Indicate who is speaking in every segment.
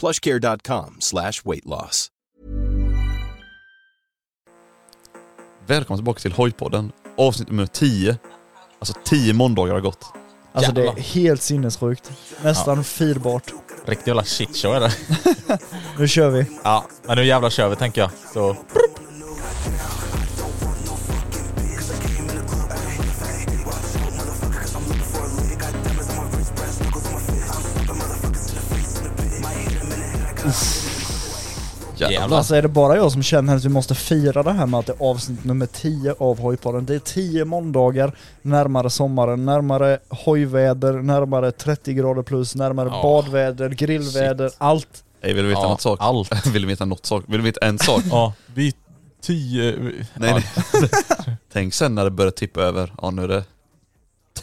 Speaker 1: plushcare.com slash weight loss.
Speaker 2: Välkommen tillbaka till Hojpodden, avsnitt nummer 10. Alltså 10 måndagar har gått.
Speaker 3: Alltså det
Speaker 4: Jävlar.
Speaker 3: är helt sinnessjukt. Nästan firbart.
Speaker 4: Riktig jävla shitshow är det.
Speaker 3: Nu kör vi.
Speaker 4: Ja, men nu jävlar kör vi tänker jag. Så... Jävlar.
Speaker 3: Alltså är det bara jag som känner att vi måste fira det här med att det är avsnitt nummer 10 av Hojpodden. Det är 10 måndagar närmare sommaren, närmare hojväder, närmare 30 grader plus, närmare
Speaker 4: Ja.
Speaker 3: badväder, grillväder, allt.
Speaker 2: Ej, vill du veta
Speaker 4: Ja,
Speaker 2: något sak?
Speaker 4: allt.
Speaker 2: Vill du veta något sak? Vill du veta en sak?
Speaker 4: Ja, vi tio... Nej,
Speaker 2: Nej, nej. Tänk sen när det börjar tippa över. Ja nu är det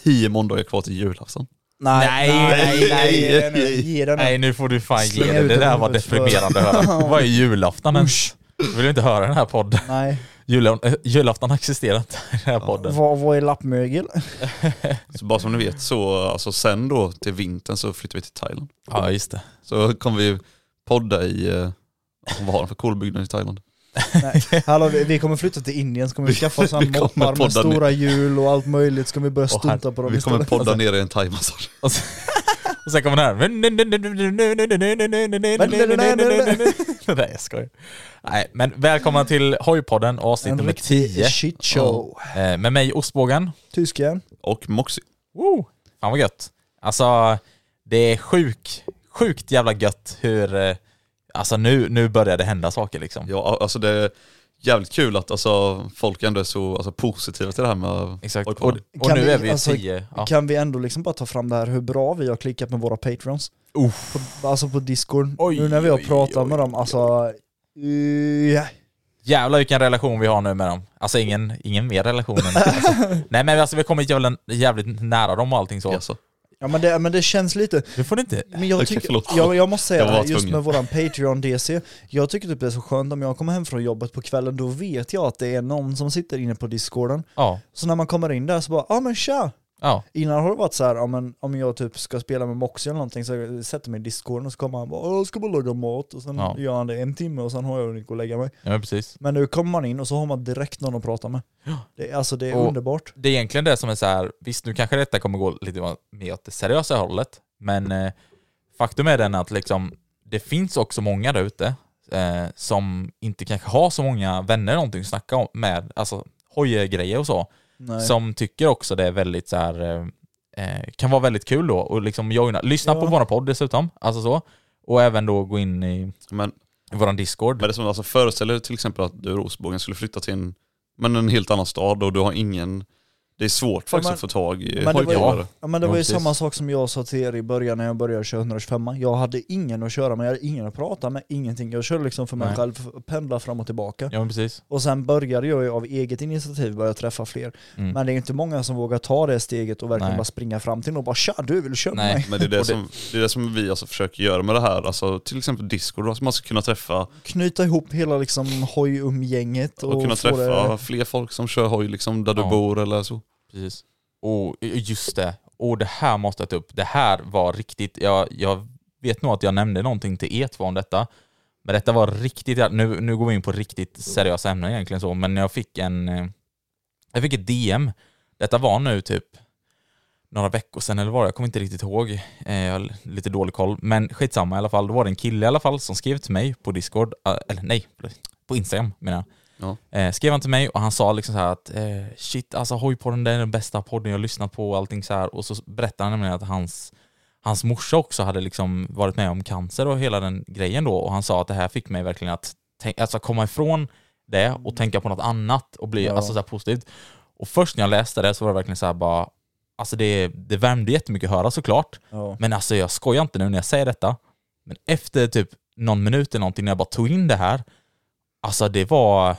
Speaker 2: 10 måndagar kvar till alltså. julafton.
Speaker 4: Nej, nej,
Speaker 3: Ge den nu,
Speaker 2: nej.
Speaker 3: ge den
Speaker 4: Nej
Speaker 3: nu.
Speaker 4: nu får du fan ge
Speaker 3: Slänga
Speaker 4: dig.
Speaker 3: ut
Speaker 4: Det
Speaker 3: den
Speaker 4: där var
Speaker 3: huvudet för-
Speaker 4: deprimerande att höra. Vad är julafton ens? Vill du inte höra den här podden?
Speaker 3: Nej.
Speaker 4: Jula, äh, julafton existerar inte i den här podden.
Speaker 3: Vad, vad är lappmögel?
Speaker 2: Så bara som ni vet så, alltså sen då till vintern så flyttar vi till Thailand.
Speaker 4: Ja just det.
Speaker 2: Så kommer vi podda i, eh, vad har de för kolbyggnad i Thailand?
Speaker 3: Hallå, vi, vi kommer flytta till Indien, så kommer vi
Speaker 2: Vi-
Speaker 3: skaffa oss här
Speaker 2: vi kommer
Speaker 3: moppar
Speaker 2: podda
Speaker 3: med stora hjul och allt möjligt, så kommer vi börja
Speaker 4: Åh, herre-
Speaker 3: stunta på dem
Speaker 2: Vi kommer
Speaker 3: istället. Alltså,
Speaker 4: Alltså.
Speaker 2: podda nere i en thaimassage.
Speaker 4: Och sen, och sen kommer den här. Nej jag skojar. Nej men välkomna till Hojpodden avsnitt
Speaker 3: En
Speaker 4: nummer
Speaker 3: riktig
Speaker 4: 10.
Speaker 3: shitshow.
Speaker 4: Ja. Eh, Med mig Ostbågen.
Speaker 3: Tysken.
Speaker 2: Och Moxie.
Speaker 4: Woo! Fan vad gött. Alltså, det är sjuk, sjukt jävla gött hur... eh, Alltså nu, nu börjar det hända saker liksom.
Speaker 2: Ja alltså det är jävligt kul att alltså, folk ändå är så alltså, positiva till det här med
Speaker 4: Exakt. Och,
Speaker 2: Hojpodden.
Speaker 4: och
Speaker 3: Kan
Speaker 4: nu
Speaker 3: vi-
Speaker 4: är vi
Speaker 3: alltså,
Speaker 4: tio. Ja.
Speaker 3: Kan vi ändå liksom bara ta fram det här hur bra vi har klickat med våra patreons?
Speaker 4: Uff.
Speaker 3: På, alltså på discord.
Speaker 4: Oj,
Speaker 3: nu när vi har
Speaker 4: oj,
Speaker 3: pratat
Speaker 4: oj,
Speaker 3: med dem, alltså... eh,
Speaker 4: Jävlar vilken relation vi har nu med dem. Alltså ingen, ingen mer relation än alltså. Nej men alltså vi har kommit jävla, jävligt nära dem och allting så.
Speaker 2: Jaså?
Speaker 3: Ja men det, men det känns lite...
Speaker 4: Du får inte...
Speaker 3: Men jag
Speaker 2: Okej,
Speaker 3: tycker...
Speaker 2: förlåt.
Speaker 3: jag, jag måste säga
Speaker 2: Jag
Speaker 3: det
Speaker 2: var
Speaker 3: här, just
Speaker 2: tvungen.
Speaker 3: med våran Patreon DC, jag tycker typ det är så skönt om jag kommer hem från jobbet på kvällen, då vet jag att det är någon som sitter inne på discorden.
Speaker 4: Ja.
Speaker 3: Så när man kommer in där så bara, ja ah, men tja!
Speaker 4: Ja.
Speaker 3: Innan har det varit så här, ja, men om jag typ ska spela med Moxie eller någonting så jag sätter mig i discorden och så kommer han bara, "Åh, jag ska bara laga mat och sen
Speaker 4: Ja.
Speaker 3: gör han det en timme och sen har jag och gå och lägga mig.
Speaker 4: ja, men precis.
Speaker 3: Men nu kommer man in och så har man direkt någon att prata med. Det, är- alltså det är
Speaker 4: Och-
Speaker 3: underbart.
Speaker 4: Det är egentligen det som är så här, visst nu kanske detta kommer gå lite mer åt det seriösa hållet, men eh, faktum är den att liksom, det finns också många där ute eh, som inte kanske har så många vänner eller någonting att snacka om med, alltså hojgrejer och så.
Speaker 3: Nej.
Speaker 4: som tycker också det är väldigt så här, eh, eh, kan vara väldigt kul då och liksom joina. Lyssna
Speaker 3: Ja.
Speaker 4: på våran podd dessutom, alltså så. Och även då gå in i
Speaker 2: Men
Speaker 4: våran Discord.
Speaker 2: Men det som alltså föreställer till exempel att du Rosbågen skulle flytta till en, men en helt annan stad och du har ingen, det Det är svårt faktiskt
Speaker 3: men-
Speaker 2: att få tag i
Speaker 3: Men det var ju,
Speaker 2: hojpåare.
Speaker 3: ja, men det
Speaker 2: Ja,
Speaker 3: var ju
Speaker 2: precis.
Speaker 3: samma sak som jag sa till er i början när jag började köra 125 Jag hade ingen att köra med, jag hade ingen att prata med, ingenting. Jag körde liksom för mig
Speaker 4: Nej.
Speaker 3: själv, pendla fram och tillbaka.
Speaker 4: Ja men precis.
Speaker 3: Och sen började jag ju av eget initiativ börja träffa fler.
Speaker 4: Mm.
Speaker 3: Men det är inte många som vågar ta det steget och verkligen
Speaker 4: Nej.
Speaker 3: bara springa fram till någon och bara tja du vill du köra med
Speaker 4: Nej.
Speaker 3: mig?
Speaker 2: Men det är det,
Speaker 4: Och det-
Speaker 2: Som, det är det som vi alltså försöker göra med det här. Alltså, till exempel Discord, alltså man ska kunna träffa
Speaker 3: Knyta ihop hela liksom hojumgänget och,
Speaker 2: och, kunna
Speaker 3: få
Speaker 2: träffa
Speaker 3: det...
Speaker 2: fler folk som kör hoj liksom där du
Speaker 4: Ja.
Speaker 2: bor eller så.
Speaker 4: Precis. Och just det. Och det här måste jag ta upp. Det här var riktigt... Jag, jag vet nog att jag nämnde någonting till E2 om detta. Men detta var riktigt... Nu, nu går vi in på riktigt seriösa ämnen egentligen så, men jag fick en... eh, Jag fick ett DM. Detta var nu typ några veckor sedan eller vad det, jag kommer inte riktigt ihåg. Eh, Jag har lite dålig koll, men skitsamma i alla fall. Då var det en kille i alla fall som skrev till mig på Discord, eh, eller nej, på Instagram menar jag. Eh, skrev han till mig och han sa liksom så här att eh, shit alltså hojpodden det är den bästa podden jag har lyssnat på och allting så här. Och så berättade han nämligen att hans, hans morsa också hade liksom varit med om cancer och hela den grejen då. Och han sa att det här fick mig verkligen att tänk, alltså komma ifrån det och tänka på något annat och bli
Speaker 3: Mm. Ja.
Speaker 4: alltså så här positivt. Och först när jag läste det så var det verkligen så här bara, alltså det, det värmde jättemycket att höra såklart.
Speaker 3: Ja.
Speaker 4: Men alltså jag skojar inte nu när jag säger detta. Men efter typ någon minut eller någonting när jag bara tog in det här, alltså det var...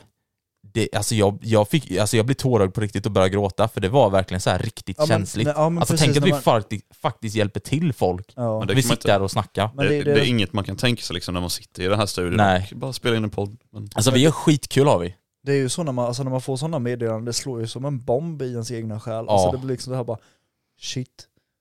Speaker 4: Det, alltså jag, jag, fick, alltså jag blev tårögd på riktigt och började gråta för det var verkligen så här riktigt
Speaker 3: Ja, men-
Speaker 4: känsligt.
Speaker 3: nej, ja, men
Speaker 4: alltså
Speaker 3: precis,
Speaker 4: tänk att
Speaker 3: när
Speaker 4: vi
Speaker 3: man-
Speaker 4: faktiskt, faktiskt hjälper till folk.
Speaker 3: Ja.
Speaker 2: Men det
Speaker 4: vi
Speaker 2: kan man
Speaker 4: sitter här och snackar.
Speaker 3: Men
Speaker 2: det,
Speaker 3: det-
Speaker 2: det,
Speaker 3: det-
Speaker 2: är inget man kan tänka sig liksom när man sitter i den här studion
Speaker 4: Nej.
Speaker 2: och bara spelar in en podd. Men,
Speaker 4: Alltså vi gör skitkul har vi.
Speaker 3: Det är ju så när man, alltså när man får sådana meddelanden, det slår ju som en bomb i ens egna själ.
Speaker 4: Ja.
Speaker 3: Alltså det blir liksom det här bara shit.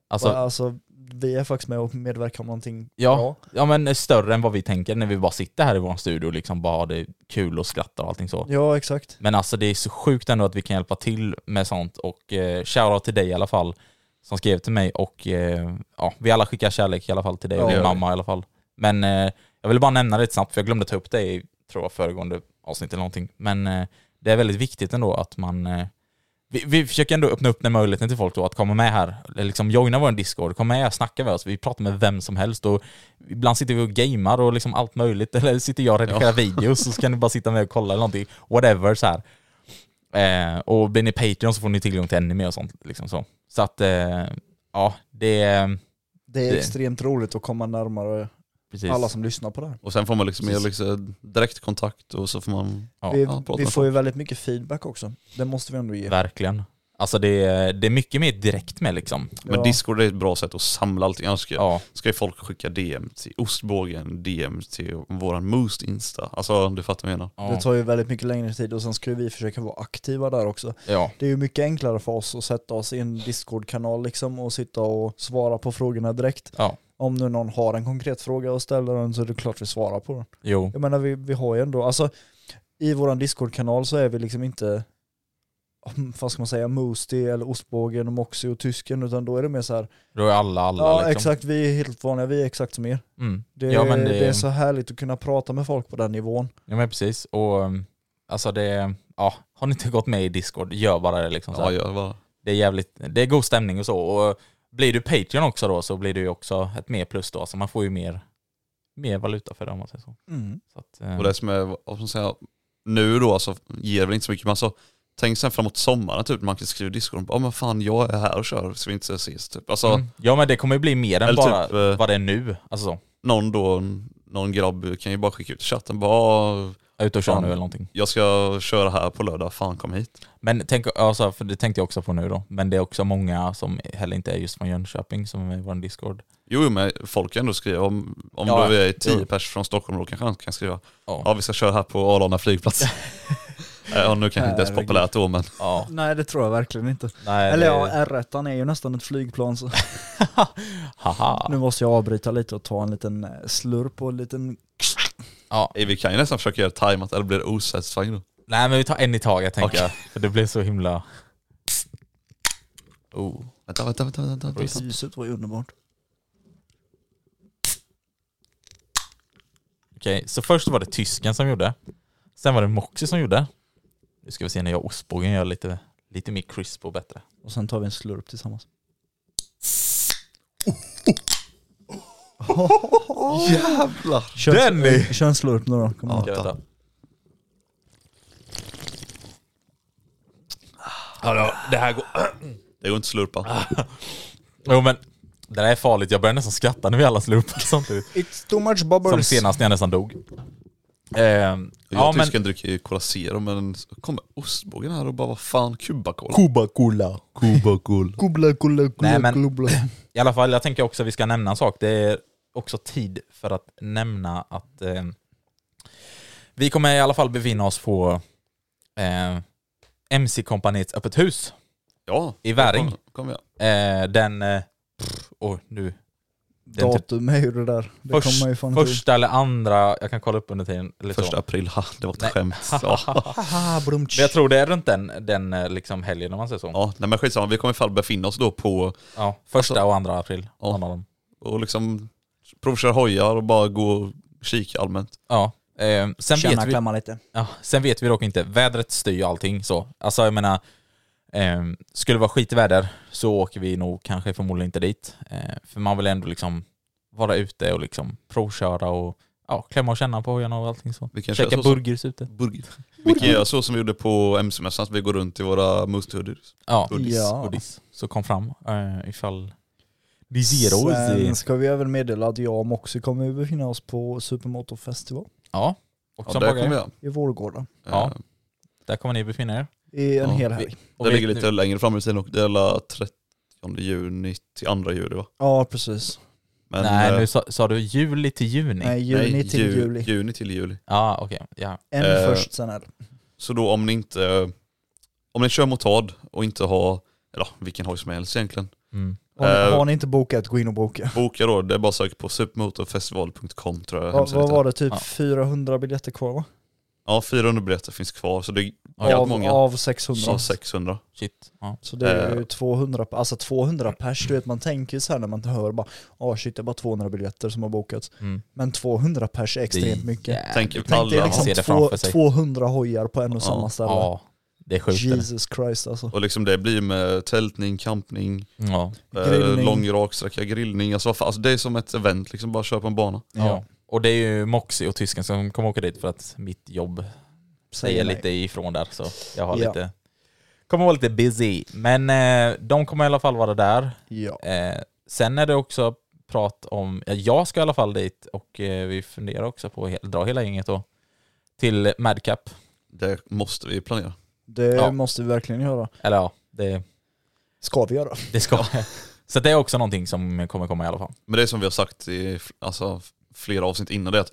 Speaker 3: Alltså,
Speaker 4: Alltså,
Speaker 3: alltså vi är faktiskt med och medverkar om någonting
Speaker 4: ja,
Speaker 3: bra.
Speaker 4: ja men större än vad vi tänker när vi bara sitter här i vår studio och liksom bara har det kul och skrattar och allting så.
Speaker 3: Ja exakt.
Speaker 4: Men alltså det är så sjukt ändå att vi kan hjälpa till med sånt och eh, shoutout till dig i alla fall som skrev till mig och eh, ja, vi alla skickar kärlek i alla fall till dig och
Speaker 3: Ja,
Speaker 4: din
Speaker 3: det gör
Speaker 4: mamma i alla fall. Men eh, jag ville bara nämna det lite snabbt för jag glömde ta upp det i tror jag, föregående avsnitt eller någonting. Men eh, det är väldigt viktigt ändå att man eh, vi, vi försöker ändå öppna upp den möjligheten till folk då att komma med här. Eller Liksom joina vår Discord, kom med och snacka med oss. Vi pratar med vem som helst och ibland sitter vi och gamer och liksom allt möjligt. Eller sitter jag och redigerar videos så ska ni bara sitta med och kolla eller någonting. Whatever så här. Eh, och blir ni Patreon så får ni tillgång till ännu mer och sånt. Liksom så. så att, eh, ja, det är... eh,
Speaker 3: Det är
Speaker 4: Det-
Speaker 3: extremt roligt att komma närmare
Speaker 4: Precis.
Speaker 3: alla som lyssnar på det här.
Speaker 2: och sen får man liksom, mer
Speaker 4: Precis.
Speaker 2: liksom direktkontakt och så får man...
Speaker 4: Ja,
Speaker 3: vi
Speaker 2: ja, prata
Speaker 3: vi
Speaker 2: med
Speaker 3: får ju väldigt mycket feedback också. Det måste vi ändå ge.
Speaker 4: Verkligen. Alltså det är, det är mycket mer direkt med liksom.
Speaker 2: Men
Speaker 3: Ja.
Speaker 2: Discord är ett bra sätt att samla allting. Annars ska,
Speaker 4: Ja,
Speaker 2: ska ju folk skicka DM till ostbågen, DM till våran Moost Insta. Alltså du fattar vad jag menar.
Speaker 4: ja,
Speaker 3: Det tar ju väldigt mycket längre tid och sen ska ju vi försöka vara aktiva där också.
Speaker 4: ja,
Speaker 3: Det är ju mycket enklare för oss att sätta oss i en Discord-kanal liksom och sitta och svara på frågorna direkt.
Speaker 4: ja.
Speaker 3: Om nu någon har en konkret fråga och ställer den så är det klart vi svarar på den.
Speaker 4: Jo,
Speaker 3: Jag menar vi, vi har ju ändå, alltså i våran Discord-kanal så är vi liksom inte, om- vad ska man säga, Moosty eller Ostbågen och Moxie och Tysken utan då är det mer så här,
Speaker 4: då är alla alla
Speaker 3: ja
Speaker 4: liksom.
Speaker 3: exakt vi är helt vanliga, vi är exakt som er.
Speaker 4: Mm.
Speaker 3: Det,
Speaker 4: ja, men det,
Speaker 3: det är så härligt att kunna prata med folk på den nivån.
Speaker 4: Ja men precis. Och um, alltså det, ja, har ni inte gått med i Discord, gör bara det liksom. Så här.
Speaker 2: Ja, gör bara.
Speaker 4: Det är jävligt, det är god stämning och så. Och blir du Patreon också då så blir det ju också ett mer plus då. Så man får ju mer, mer valuta för det om man säger så.
Speaker 3: Mm.
Speaker 4: så att, eh,
Speaker 2: Och det som är, vad ska man säga, nu då alltså ger väl inte så mycket men alltså Tänk sen framåt sommaren typ, när man kan skriva i Discord, ja men fan jag är här och kör så vi inte ses typ. Alltså
Speaker 4: mm. Ja men det kommer ju bli mer än
Speaker 2: Eller
Speaker 4: bara
Speaker 2: typ, eh,
Speaker 4: vad det är nu. Alltså så.
Speaker 2: någon då, någon grabb kan ju bara skicka ut i chatten bara "Ah,
Speaker 4: Jag är ute och kör
Speaker 2: Fan.
Speaker 4: nu eller någonting.
Speaker 2: jag ska köra här på lördag, fan kom hit.
Speaker 4: Men tänk, alltså, för det tänkte jag också på nu då. Men det är också många som heller inte är just från Jönköping som är med i vår Discord.
Speaker 2: Jo jo, men folk kan ändå skriva, om, om
Speaker 4: Ja,
Speaker 2: du är tio
Speaker 4: jo.
Speaker 2: pers från Stockholm då kanske han kan skriva,
Speaker 4: Ja.
Speaker 2: ja vi ska köra här på Arlanda flygplats. ja nu kanske inte ens
Speaker 3: Herregud.
Speaker 2: populärt då men
Speaker 4: Ja.
Speaker 3: Nej det tror jag verkligen inte.
Speaker 4: Nej,
Speaker 3: Eller
Speaker 4: det-
Speaker 3: ja, eh. R1 är ju nästan ett flygplan så
Speaker 4: Haha.
Speaker 3: nu måste jag avbryta lite och ta en liten eh, slurp och en liten...
Speaker 4: Ja.
Speaker 2: vi kan ju nästan försöka göra tajmat eller blir det osatisfying då?
Speaker 4: Nej men vi tar en i taget tänker
Speaker 2: Okej.
Speaker 4: jag. För det blir så himla... Oh.
Speaker 2: Vänta, vänta, vänta, vänta, vänta. vänta.
Speaker 3: Ljuset var ju underbart.
Speaker 4: Okej, så först var det tysken som gjorde. Sen var det Moxie som gjorde. Nu ska vi se när jag och ostbågen gör lite, lite mer crisp och bättre.
Speaker 3: Och sen tar vi en slurp tillsammans.
Speaker 2: Jävlar!
Speaker 3: Kör,
Speaker 4: Denny!
Speaker 3: Kör en slurp nu då. Kom igen.
Speaker 4: Ska jag ta? Hallå, det här går...
Speaker 2: Det går inte att
Speaker 4: Ah.
Speaker 2: slurpa.
Speaker 4: Jo men, det där är farligt. Jag börjar nästan skratta när vi alla slurpar samtidigt.
Speaker 3: It's too much
Speaker 4: Som
Speaker 3: bubbles.
Speaker 4: senast när jag nästan dog. Ehm,
Speaker 2: Jag
Speaker 4: ja
Speaker 2: och
Speaker 4: men...
Speaker 2: tysken dricker ju Cola Zero men så kommer ostbågen här och bara vad fan Kubakola?
Speaker 4: Cuba Cola. Cuba Cola.
Speaker 3: Kubbla, kubbla,
Speaker 4: Nej,
Speaker 3: kubbla,
Speaker 4: men-
Speaker 3: kubbla.
Speaker 4: I alla fall, jag tänker också att vi ska nämna en sak. Det är också tid för att nämna att eh, vi kommer i alla fall befinna oss på eh, MC-kompaniets öppet hus
Speaker 2: Ja,
Speaker 4: i Väring.
Speaker 2: kom, kom igen.
Speaker 4: Eh, den... Eh, pff, oj, nu. Den typ
Speaker 3: Datum är ju det där. Det kommer man ju fan inte
Speaker 4: första eller andra, jag kan kolla upp under tiden. Eller
Speaker 2: Första
Speaker 4: så.
Speaker 2: april, ha, det var ett
Speaker 4: Nej.
Speaker 2: skämt. Ja.
Speaker 3: Haha, brumtsch.
Speaker 4: Men jag tror det är runt den, den eh, liksom helgen om man säger så. Ja,
Speaker 2: ja, nej men skitsamma, vi kommer i alla fall befinna oss då på
Speaker 4: första
Speaker 2: Alltså-
Speaker 4: och andra april.
Speaker 2: Ja.
Speaker 4: någon av dem.
Speaker 2: och liksom provköra hojar och bara gå och kika allmänt.
Speaker 4: Ja. Eh, sen, vet vi,
Speaker 3: lite.
Speaker 4: ja, sen vet vi dock inte, vädret styr allting så. Alltså jag menar, eh, skulle det vara skit i väder så åker vi nog kanske förmodligen inte dit. Eh, för man vill ändå liksom vara ute och liksom provköra och ja, klämma och känna på hojarna och allting så.
Speaker 2: Vi kan
Speaker 4: Käka
Speaker 2: köra så som-
Speaker 4: burgers ute.
Speaker 2: Burgit. Vi kan göra så som vi gjorde på MC-mässan, att vi går runt i våra musthoodies.
Speaker 4: Ja,
Speaker 2: Hoodies.
Speaker 3: Ja.
Speaker 4: hoodies. Så kom fram eh, ifall... Det
Speaker 3: Sen ska vi även meddela att jag och Moxie kommer att befinna oss på Supermotorfestival
Speaker 4: Ja. Och
Speaker 2: Ja,
Speaker 4: som
Speaker 2: där
Speaker 4: bagare.
Speaker 2: kommer jag.
Speaker 3: i Vårgårda.
Speaker 4: Ja.
Speaker 2: Eh,
Speaker 4: Där kommer ni befinna er.
Speaker 3: I en
Speaker 2: Ja,
Speaker 3: hel
Speaker 2: vi-
Speaker 3: helg.
Speaker 4: Och
Speaker 2: det
Speaker 4: vet
Speaker 2: ligger lite
Speaker 4: ni-
Speaker 2: längre fram i tiden och det är alla 30 juni till 2 juli va?
Speaker 3: Ja, precis.
Speaker 2: Men,
Speaker 4: Nej,
Speaker 2: eh,
Speaker 4: nu sa, sa du juli till juni?
Speaker 3: Nej, juni
Speaker 2: nej,
Speaker 3: till
Speaker 2: ju-
Speaker 3: juli.
Speaker 2: juni till juli.
Speaker 4: Ja, okej. Ja.
Speaker 3: En
Speaker 2: Eh,
Speaker 3: först, sen är det.
Speaker 2: Så då om ni inte, om ni kör motard och inte har, eller ja, vilken hoj som helst egentligen,
Speaker 4: Mm.
Speaker 3: Har, ni-
Speaker 2: eh,
Speaker 3: har ni inte bokat, gå in och boka.
Speaker 2: boka då. Det är bara att söka på supermotorfestival.com tror jag
Speaker 3: Va,
Speaker 2: hemsidan
Speaker 3: vad var det? Typ
Speaker 4: Ja.
Speaker 3: 400 biljetter kvar va?
Speaker 2: heter. Ja, 400 biljetter finns kvar så det är jävligt
Speaker 3: Av,
Speaker 2: många.
Speaker 3: av 600.
Speaker 2: Så 600.
Speaker 4: Shit. Ja.
Speaker 3: Så det är ju
Speaker 2: Eh.
Speaker 3: 200, alltså 200 pers, du vet man tänker ju så här när man hör bara ah shit det är bara 200 biljetter som har bokats.
Speaker 4: Mm.
Speaker 3: Men 200 pers är
Speaker 4: Det
Speaker 3: extremt
Speaker 4: är
Speaker 3: mycket.
Speaker 4: jävligt
Speaker 2: Tänk
Speaker 4: mycket.
Speaker 3: Tänk dig
Speaker 2: alla
Speaker 3: liksom
Speaker 4: ser det
Speaker 3: två,
Speaker 4: framför sig.
Speaker 3: 200 hojar på en och
Speaker 2: Ja.
Speaker 3: samma ställe.
Speaker 4: Ja, det är sjukt. eller?
Speaker 3: Jesus Christ alltså.
Speaker 2: Och liksom det blir med tältning, kampning,
Speaker 4: Ja.
Speaker 2: eh,
Speaker 3: Grillning.
Speaker 2: lång raksträcka, grillning. Alltså, vad fan, alltså det är som ett event liksom, bara köra på en bana.
Speaker 4: Ja. Och det är ju Moxie och tysken som kommer åka dit för att mitt jobb säger
Speaker 3: nej.
Speaker 4: lite ifrån där. Så jag har
Speaker 3: Ja.
Speaker 4: lite... Kommer vara lite busy. Men eh, de kommer i alla fall vara där.
Speaker 3: Ja.
Speaker 4: Eh, sen är det också prat om, ja, jag ska i alla fall dit och eh, vi funderar också på att he- dra hela gänget då till Madcap.
Speaker 2: Det måste vi planera.
Speaker 3: Det
Speaker 4: Ja.
Speaker 3: måste vi verkligen göra.
Speaker 4: Eller ja, det,
Speaker 3: Ska vi göra.
Speaker 4: det ska Så det är också någonting som kommer komma i alla fall.
Speaker 2: Men det är som vi har sagt i f- alltså, flera avsnitt innan det är att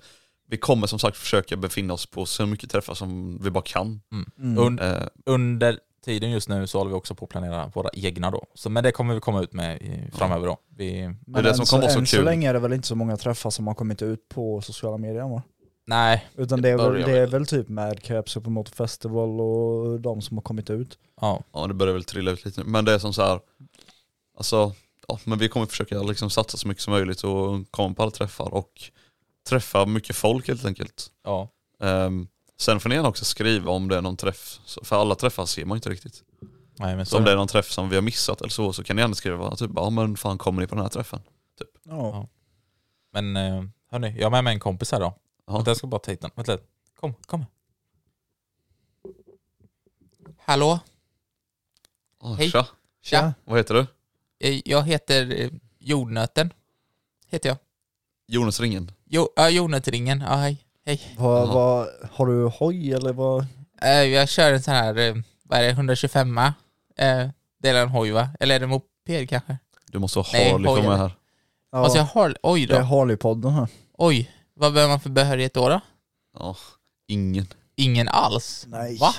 Speaker 2: vi kommer som sagt försöka befinna oss på så mycket träffar som vi bara kan.
Speaker 3: Mm.
Speaker 4: Und,
Speaker 2: Eh,
Speaker 4: under tiden just nu så håller vi också på att planera våra egna då. Så, men det kommer vi komma ut med i, framöver då. Vi,
Speaker 3: Men
Speaker 2: det som kommer
Speaker 3: än så,
Speaker 2: vara så
Speaker 3: än så
Speaker 2: kul.
Speaker 3: länge är det väl inte så många träffar som har kommit ut på sociala medier va?
Speaker 4: nej,
Speaker 3: Utan
Speaker 4: Det
Speaker 3: det är, väl,
Speaker 4: börjar
Speaker 3: det är
Speaker 4: väl.
Speaker 3: väl typ Madcap, Supermotor Festival och de som har kommit ut.
Speaker 4: ja,
Speaker 2: ja det börjar väl trilla ut lite nu. Men det är som så här, alltså, ja, men vi kommer försöka liksom satsa så mycket som möjligt och komma på alla träffar och träffa mycket folk helt enkelt.
Speaker 4: ja.
Speaker 2: Ehm, sen får ni gärna också skriva om det är någon träff, så- för alla träffar ser man ju inte riktigt.
Speaker 4: Nej, men
Speaker 2: Så om det är någon träff som vi har missat eller så, så kan ni gärna skriva typ ja men fan kommer ni på den här träffen?
Speaker 3: Ja.
Speaker 4: Men eh, hörni, jag har med mig en kompis här då.
Speaker 2: Ja.
Speaker 4: Vänta, jag ska bara ta hit den. Vänta lite. Kom, kom. Hallå,
Speaker 2: Oh,
Speaker 4: Hej.
Speaker 2: Tja,
Speaker 4: Ja.
Speaker 2: vad heter du?
Speaker 4: eh, jag heter Jordnöten. Heter jag.
Speaker 2: Jonas Ringen.
Speaker 4: Jo, ja, jordnötsringen. Ja, hej.
Speaker 3: Vad,
Speaker 2: Ja.
Speaker 3: vad, har du hoj eller vad?
Speaker 4: Eh, Jag kör en sån här, eh, vad är det, 125 eh, Det är en hoj va? Eller är det en moped kanske?
Speaker 2: Du måste ha
Speaker 4: Nej,
Speaker 2: Harley kom
Speaker 4: hojen.
Speaker 2: med här.
Speaker 3: Ja,
Speaker 4: Alltså jag har, oj
Speaker 3: det är
Speaker 4: då.
Speaker 3: Harley-podden här.
Speaker 4: Oj, vad behöver man för behörighet då? då?
Speaker 2: Ja, ingen.
Speaker 4: Ingen alls?
Speaker 3: Nej.
Speaker 4: Va?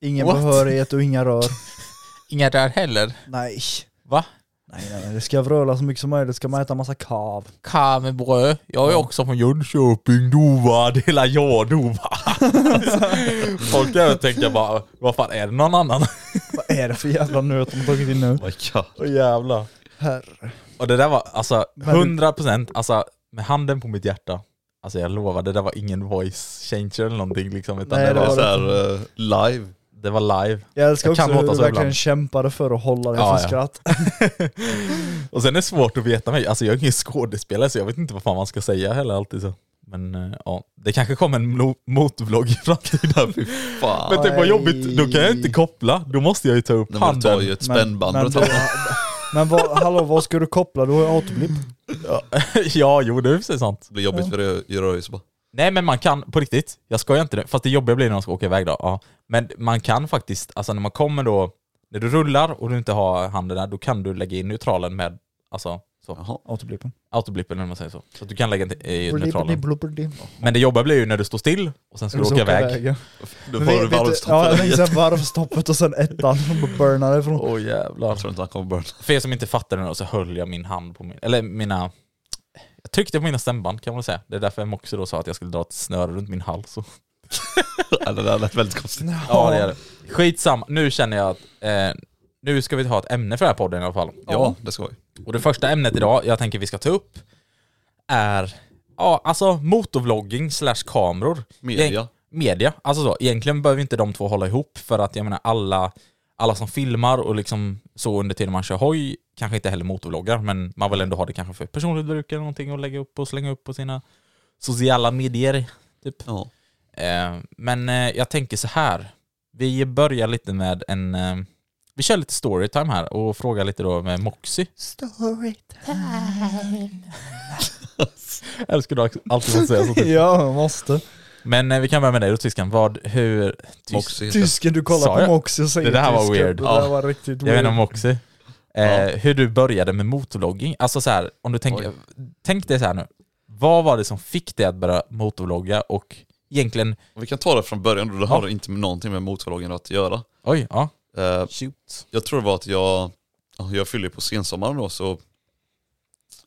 Speaker 3: Ingen
Speaker 4: What?
Speaker 3: behörighet och inga rör.
Speaker 4: Inga rör heller?
Speaker 3: Nej.
Speaker 4: Va?
Speaker 3: Nej, nej, nej. Det ska vröla så mycket som möjligt, ska man äta massa kav.
Speaker 4: Ka med bröd. Jag är också från Jönköping, Dova, det hela jag Dova. alltså, folk där tänker bara, vad fan är det någon annan?
Speaker 3: Vad är det för jävla nöt de har tagit in nu?
Speaker 2: Oh my God.
Speaker 4: Åh jävlar.
Speaker 3: Herre.
Speaker 4: Och det där var alltså
Speaker 3: du-
Speaker 4: 100% alltså med handen på mitt hjärta. Alltså jag lovar, det där var ingen voice changer eller någonting liksom. Utan
Speaker 3: Nej,
Speaker 4: det,
Speaker 2: Det
Speaker 4: var,
Speaker 2: är
Speaker 3: var
Speaker 2: så här eh, live.
Speaker 4: det var live.
Speaker 3: Jag älskar
Speaker 4: Jag
Speaker 3: också
Speaker 4: kan
Speaker 3: hur
Speaker 4: låta
Speaker 3: du
Speaker 4: så
Speaker 3: verkligen
Speaker 4: ibland.
Speaker 3: kämpade för att hålla dig
Speaker 4: Ja,
Speaker 3: från
Speaker 4: ja.
Speaker 3: skratt.
Speaker 4: Och sen är det svårt att veta mig. Alltså jag är ingen skådespelare så jag vet inte vad fan man ska säga heller alltid så. Men eh, ja, det kanske kommer en mo- motorvlogg i framtiden.
Speaker 2: Fan.
Speaker 4: Men tänk vad jobbigt, då kan jag inte koppla. Då måste jag ju ta upp
Speaker 2: Nej, men
Speaker 4: handen.
Speaker 2: du tar ju ett
Speaker 3: Men-
Speaker 2: spännband
Speaker 3: Men,
Speaker 2: och tar-
Speaker 3: då- men vad, hallå, vad ska du koppla? Du har ju autoblipp.
Speaker 4: ja, jo det är precis sant.
Speaker 2: Det blir jobbigt för dig att göra det så bara.
Speaker 4: Nej men man kan, på riktigt, jag skojar inte nu. Fast det jobbiga blir när man ska åka iväg då. Ja. Men man kan faktiskt, alltså när man kommer då, när du rullar och du inte har handen där, då kan du lägga in neutralen med, alltså så,
Speaker 2: Jaha.
Speaker 3: Autoblippen.
Speaker 4: autoblippen eller vad man säger så. Så att du kan lägga in i neutralen.
Speaker 3: Blibblibblubblibli.
Speaker 4: Men det jobbiga blir ju när du står still och sen ska du åka iväg.
Speaker 3: ja.
Speaker 2: Då
Speaker 3: Men
Speaker 2: får
Speaker 3: vi-
Speaker 2: du
Speaker 3: vet du- Ja,
Speaker 2: varvstoppet.
Speaker 3: jag tänkte såhär varvstoppet och sen ettan som bara burnar ifrån.
Speaker 4: Åh jävlar.
Speaker 2: Jag tror inte han kommer burna.
Speaker 4: För er som inte fattar det då, så höll jag min hand på min, eller mina, jag tryckte på mina stämband kan man väl säga. Det är därför Moxie då sa att jag skulle dra ett snöre runt min hals. Och...
Speaker 2: Ja, Det där lät väldigt konstigt.
Speaker 4: Ja det är det. Skitsamma, nu känner jag att eh, nu ska vi ha ett ämne för den här podden i alla fall.
Speaker 2: Ja, det ska vi.
Speaker 4: Och det första ämnet idag jag tänker vi ska ta upp är, ja alltså motorvlogging slash kameror.
Speaker 2: Media.
Speaker 4: Egent- media, alltså så. Egentligen behöver inte de två hålla ihop för att jag menar alla, alla som filmar och liksom så under tiden man kör hoj kanske inte heller motorvloggar men man vill ändå ha det kanske för personligt bruk eller någonting och lägga upp och slänga upp på sina sociala medier. Typ.
Speaker 2: Ja.
Speaker 4: Eh, men eh, jag tänker så här. Vi börjar lite med en... Eh, vi kör lite storytime här och frågar lite då med Moxie. Storytime. Älskar du alltid att säga så. typ.
Speaker 3: Ja, jag måste.
Speaker 4: Men eh, vi kan börja med dig då tyskan. Vad, hur... Tyst.
Speaker 2: Moxie heter
Speaker 3: Tysken, du
Speaker 4: Sa
Speaker 3: kollar
Speaker 4: jag?
Speaker 3: på Moxie och säger
Speaker 4: Det där var
Speaker 3: tysken.
Speaker 4: weird.
Speaker 3: Det
Speaker 4: Ja.
Speaker 3: där var riktigt
Speaker 4: Jag vet
Speaker 3: weird.
Speaker 4: inte om Moxie. Eh, Hur du började med motorvlogging. Alltså så här, om du tänker... Tänk dig så här nu. Vad var det som fick dig att börja motorvlogga och egentligen...
Speaker 2: Och Vi kan ta det från början då, det har inte med någonting med motorvloggen att göra.
Speaker 4: Oj, ja.
Speaker 2: Eh,
Speaker 4: Shoot.
Speaker 2: jag tror det var att jag, ja, jag fyllde på sensommaren då så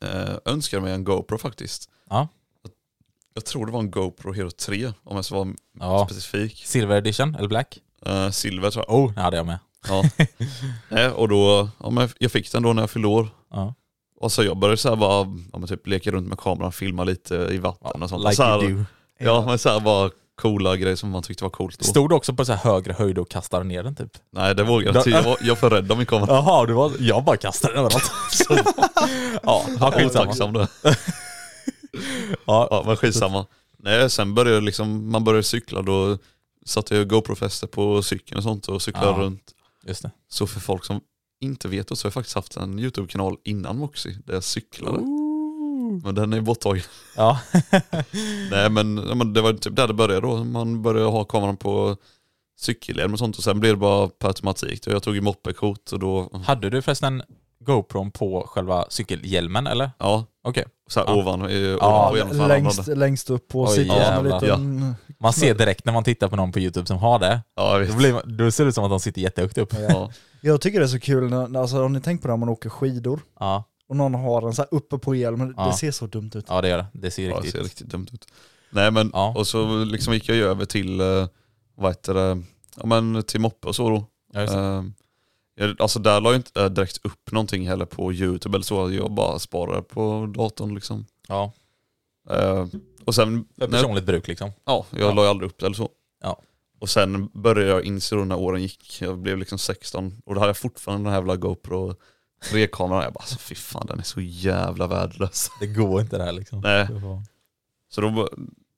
Speaker 2: eh, önskade jag mig en GoPro faktiskt.
Speaker 4: Ja.
Speaker 2: Jag, jag tror det var en GoPro Hero 3 om jag ska vara
Speaker 4: Ja.
Speaker 2: specifik.
Speaker 4: Silver edition, eller black?
Speaker 2: Eh, silver tror jag.
Speaker 4: Oh, det hade jag med.
Speaker 2: Ja. Nej, och då, ja, men jag fick den då när jag fyllde år.
Speaker 4: Ja.
Speaker 2: Och så jag började så här bara, ja, men typ leka runt med kameran, filma lite i vatten och sånt.
Speaker 4: Like
Speaker 2: så här,
Speaker 4: you do.
Speaker 2: Ja men så här bara coola grejer som man tyckte var coolt då.
Speaker 4: Stod du också på så här högre höjd och kastade ner den typ?
Speaker 2: Nej det vågar jag inte, jag var, jag var för rädd om min kamera.
Speaker 4: Jaha, du var, jag bara kastade den överallt. ja, ja, skitsamma.
Speaker 2: Otacksam då. ja, men skitsamma. Nej, sen började jag liksom, man började cykla, då satte jag GoPro-fäste på cykeln och sånt och cyklade
Speaker 4: Ja.
Speaker 2: runt.
Speaker 4: Just det.
Speaker 2: Så för folk som inte vet och så har jag faktiskt haft en YouTube-kanal innan Moxie där jag cyklade. Men den är borttagen.
Speaker 4: Ja.
Speaker 2: Nej men, ja, men det var typ där det började då. Man började ha kameran på cykelhjälm och sånt och sen blev det bara per automatik. Då Jag tog ju moppekort och då,
Speaker 4: Hade du förresten GoPron på själva cykelhjälmen eller?
Speaker 2: ja,
Speaker 4: Okej.
Speaker 2: så här
Speaker 4: Ja.
Speaker 2: ovan, eh,
Speaker 4: Ja,
Speaker 2: ovanpå hjälmen. för alla andra.
Speaker 3: Längst, längst upp på
Speaker 4: Oj,
Speaker 3: sidan. en
Speaker 4: jävlar.
Speaker 3: liten...
Speaker 4: Man ser direkt när man tittar på någon på YouTube som har det.
Speaker 2: Ja,
Speaker 4: Då,
Speaker 2: visst.
Speaker 4: blir, man- då ser det ut som att de sitter jättehögt upp. Ja.
Speaker 2: Ja.
Speaker 3: Jag tycker det är så kul, när, när- alltså, om ni tänker på det när man åker skidor
Speaker 4: ja.
Speaker 3: och någon har den så här uppe på hjälmen,
Speaker 4: Ja.
Speaker 3: det ser så dumt ut.
Speaker 4: det gör det. Det ser
Speaker 2: Ja, det
Speaker 4: riktigt...
Speaker 2: ser riktigt dumt ut. Nej men,
Speaker 4: Ja.
Speaker 2: och så liksom gick jag ju över till, eh, vad heter det, ja men till moppe och så då.
Speaker 4: Ja, just det.
Speaker 2: Eh, jag- Alltså där la jag inte eh, direkt upp någonting heller på youtube eller så, jag bara sparade på datorn liksom.
Speaker 4: ja.
Speaker 2: Eh, Och sen,
Speaker 4: För
Speaker 2: nej,
Speaker 4: personligt bruk liksom.
Speaker 2: ja, jag la ju aldrig upp det eller så.
Speaker 4: Ja.
Speaker 2: Och sen började jag inse då när åren gick, jag blev liksom 16 och då hade jag fortfarande den här jävla GoPro 3-kameran. Jag bara alltså, fy fan den är så jävla värdelös.
Speaker 4: Det går inte det här liksom.
Speaker 2: Nej.
Speaker 4: Det var-
Speaker 2: Så då ba-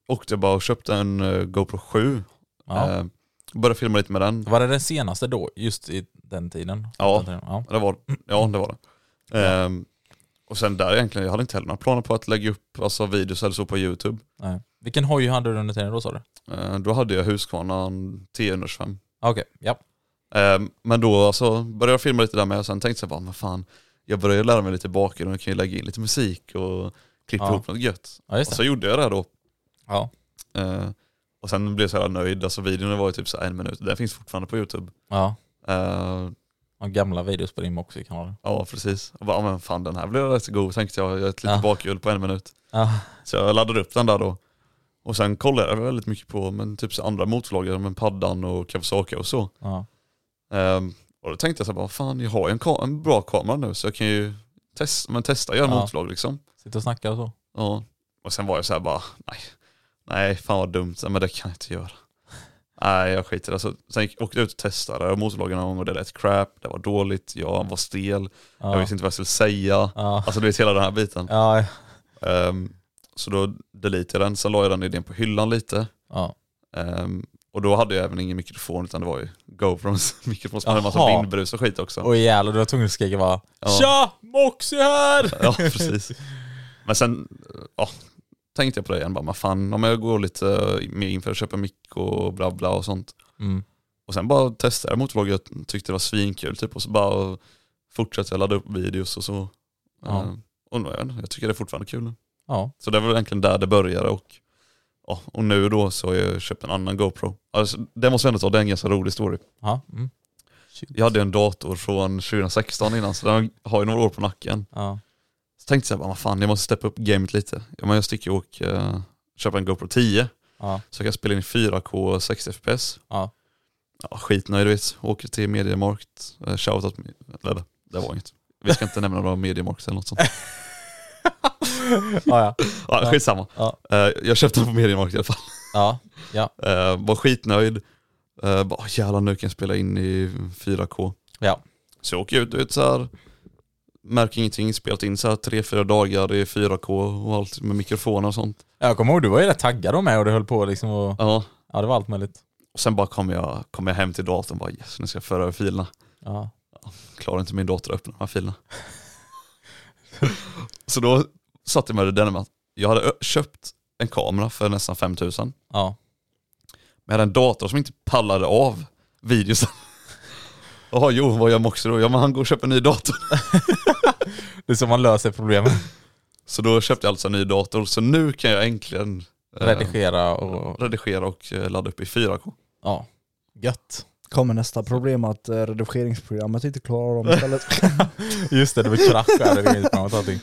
Speaker 2: åkte jag bara och köpte en eh, GoPro 7.
Speaker 4: Ja.
Speaker 2: Eh, började filma lite med den.
Speaker 4: Var det den senaste då, just i den tiden?
Speaker 2: Ja.
Speaker 4: Den tiden, ja.
Speaker 2: Ja, Det var, ja det var det. Ehm, och sen där egentligen, jag hade inte heller några planer på att lägga upp alltså, videos eller så på YouTube.
Speaker 4: Nej. Vilken hoj hade du under tiden då sa du?
Speaker 2: Eh, då hade jag Husqvarnan T125.
Speaker 4: Okej, ja.
Speaker 2: Ehm, men då alltså, började jag filma lite där med och sen tänkte jag bara, men fan, jag började lära mig lite bakgrund och kan ju lägga in lite musik och klippa
Speaker 4: Ja.
Speaker 2: ihop något gött.
Speaker 4: Ja,
Speaker 2: Och
Speaker 4: just
Speaker 2: så
Speaker 4: det.
Speaker 2: gjorde jag det här då.
Speaker 4: Ja.
Speaker 2: Ehm, och sen blev jag så här nöjd, alltså videon var ju typ så här en minut, den finns fortfarande på YouTube.
Speaker 4: Ja.
Speaker 2: Ehm,
Speaker 4: Och gamla videos på din Moxie-kanal.
Speaker 2: Ja precis. Och bara, ja, men fan den här blev rätt god tänkte jag. Jag är ett litet
Speaker 4: Ja.
Speaker 2: bakhjul på en minut.
Speaker 4: Ja.
Speaker 2: Så jag laddade upp den där då. Och sen kollade jag väldigt mycket på men typ så andra motorlagare, men Paddan och Kawasaki och så.
Speaker 4: ja.
Speaker 2: Ehm, och då tänkte jag så här, bara, fan jag har ju en, ka- en bra kamera nu så jag kan ju testa, men testa göra
Speaker 4: Ja.
Speaker 2: motorlag liksom.
Speaker 4: Sitter och snackar och så.
Speaker 2: Ja. Och sen var jag så här bara, nej, nej fan vad dumt, Nej, men det kan jag inte göra. Nej jag skiter i det. Så sen gick, åkte jag ut och testade motorlagen någon gång och det lät crap, det var dåligt, jag var stel,
Speaker 4: Ja.
Speaker 2: jag visste inte vad jag skulle säga.
Speaker 4: Ja.
Speaker 2: Alltså du vet hela den här biten.
Speaker 4: Ja.
Speaker 2: Ehm, Så då delete jag den, sen la jag den idén på hyllan lite.
Speaker 4: Ja.
Speaker 2: Ehm, och då hade jag även ingen mikrofon utan det var ju GoPros mikrofon som hade en massa
Speaker 4: Jaha.
Speaker 2: vindbrus och skit också.
Speaker 4: Och jävlar, du var tvungen att skrika bara
Speaker 2: Ja.
Speaker 4: Tja! Moxie här!
Speaker 2: Ja, precis. Men sen ja, tänkte jag på det igen, bara, men fan om jag går lite mer inför att köpa mick och bla bla och sånt.
Speaker 4: Mm.
Speaker 2: Och sen bara testade jag motorvloggen och tyckte det var svinkul typ och så bara fortsatte jag ladda upp videos och så.
Speaker 4: Ja.
Speaker 2: Ehm, Och jag, vet inte, jag tycker det är fortfarande kul.
Speaker 4: Ja.
Speaker 2: Så det var väl egentligen där det började och, ja, och nu då så har jag köpt en annan GoPro. Alltså, det måste jag ändå ta, det är en ganska rolig story.
Speaker 4: ja. Mm. Shit.
Speaker 2: Jag hade ju en dator från 2016 innan så den har ju några år på nacken.
Speaker 4: Ja.
Speaker 2: Så tänkte jag bara, vad fan jag måste steppa upp gamet lite. Ja, men jag sticker och eh, köper en GoPro 10
Speaker 4: Ja.
Speaker 2: så jag kan spela in i 4K och 60 FPS.
Speaker 4: Ja.
Speaker 2: Ja, skitnöjd du vet. Åker till Mediamarkt, eh, shoutout, eller det var inget. Vi ska inte nämna några Mediamarkt eller något sånt.
Speaker 4: ja, ja.
Speaker 2: Ja, skitsamma.
Speaker 4: Ja.
Speaker 2: Eh, jag köpte den på Mediamarkt i alla fall.
Speaker 4: Ja.
Speaker 2: Eh, var skitnöjd. Eh, bara, jävlar nu kan jag spela in i 4K.
Speaker 4: Ja.
Speaker 2: Så jag åker ut, du vet såhär, märker ingenting, spelat in såhär 3-4 dagar i 4K och allt med mikrofoner och sånt.
Speaker 4: Jag kommer ihåg, du var ju rätt taggad då med och du höll på liksom och...
Speaker 2: Ja.
Speaker 4: Ja, det var allt möjligt.
Speaker 2: Och sen bara kom jag, kom jag hem till datorn och bara yes, nu ska jag föra över filerna.
Speaker 4: Ja.
Speaker 2: Klarar inte min dator att öppna de här filerna. så då satte jag mig i den med att jag hade ö- köpt en kamera för nästan 5000.
Speaker 4: Ja.
Speaker 2: Men jag hade en dator som inte pallade av videosen. Jaha, jo, vad gör Moxie då? Ja, men han går och köper en ny dator.
Speaker 4: Det är så man löser problemen.
Speaker 2: Så då köpte jag alltså en ny dator, så nu kan jag äntligen eh,
Speaker 4: Redigera och...
Speaker 2: redigera och eh, ladda upp i 4K.
Speaker 4: Ja. Gött.
Speaker 3: Kommer nästa problem att eh, redigeringsprogrammet inte klarar dem istället.
Speaker 4: Just det, det blir krasch här i redigeringsprogrammet och allting.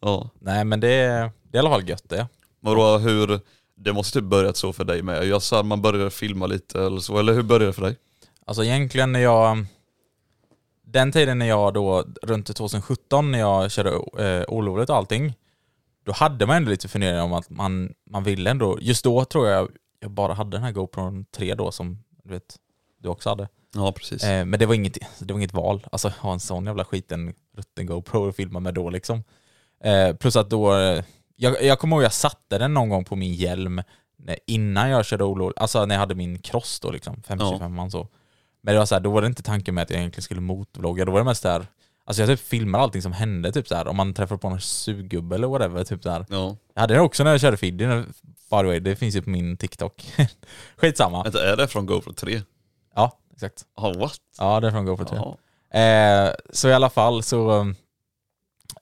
Speaker 2: Ja.
Speaker 4: Nej men det, det är i alla fall gött det.
Speaker 2: Men då, hur, det måste typ börjat så för dig med. Jag sa man började filma lite eller så, eller hur började det för dig?
Speaker 4: Alltså egentligen när jag... Den tiden när jag då, runt 2017 när jag körde eh, olovligt och allting, då hade man ändå lite funderingar om att man, man ville ändå, just då tror jag jag bara hade den här GoPro 3 då som du vet, du också hade.
Speaker 2: Ja, precis.
Speaker 4: Eh, men det var, inget, det var inget val, alltså ha en sån jävla skiten rutten GoPro och filma med då liksom. Eh, plus att då, eh, jag, jag kommer ihåg jag satte den någon gång på min hjälm när, innan jag körde olol, alltså när jag hade min cross då liksom, 525 man så. Men det var så här, då var det inte tanken med att jag egentligen skulle motvlogga, då var det mest där Alltså jag typ filmar allting som hände, typ så här. om man träffar på någon surgubbe eller whatever. Typ där.
Speaker 2: Ja.
Speaker 4: Jag hade det också när jag körde feeden, by the way, det finns ju på min TikTok. Skitsamma.
Speaker 2: Vänta, är det från GoPro 3?
Speaker 4: Ja, exakt.
Speaker 2: Ja, what?
Speaker 4: Ja, det är från GoPro 3.
Speaker 2: Ja.
Speaker 4: Eh, så i alla fall så... um,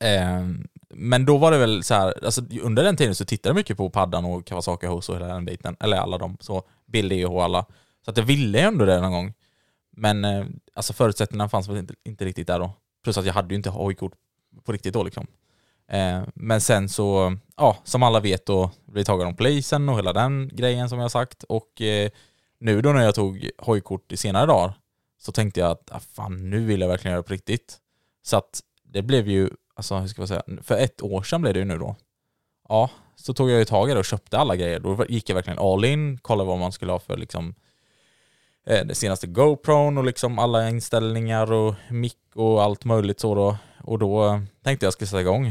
Speaker 4: Eh, men då var det väl så här, alltså under den tiden så tittade jag mycket på paddan och Kawasaki Hose och hela den biten. Eller alla de, så Billy och alla. Så att jag ville ju ändå det någon gång. Men eh, alltså förutsättningarna fanns väl inte, inte riktigt där då. Plus att jag hade ju inte hojkort på riktigt då liksom. Eh, men sen så, ja, som alla vet då, blev jag tagen om polisen och hela den grejen som jag har sagt. Och eh, nu då när jag tog hojkort i senare dagar så tänkte jag att ah, fan, nu vill jag verkligen göra det på riktigt. Så att det blev ju, alltså hur ska man säga, för ett år sedan blev det ju nu då. Ja, så tog jag ju tag i det och köpte alla grejer. Då gick jag verkligen all in, kollade vad man skulle ha för liksom eh, det senaste GoPron och liksom alla inställningar och mick och allt möjligt så då. Och då eh, tänkte jag skulle sätta igång.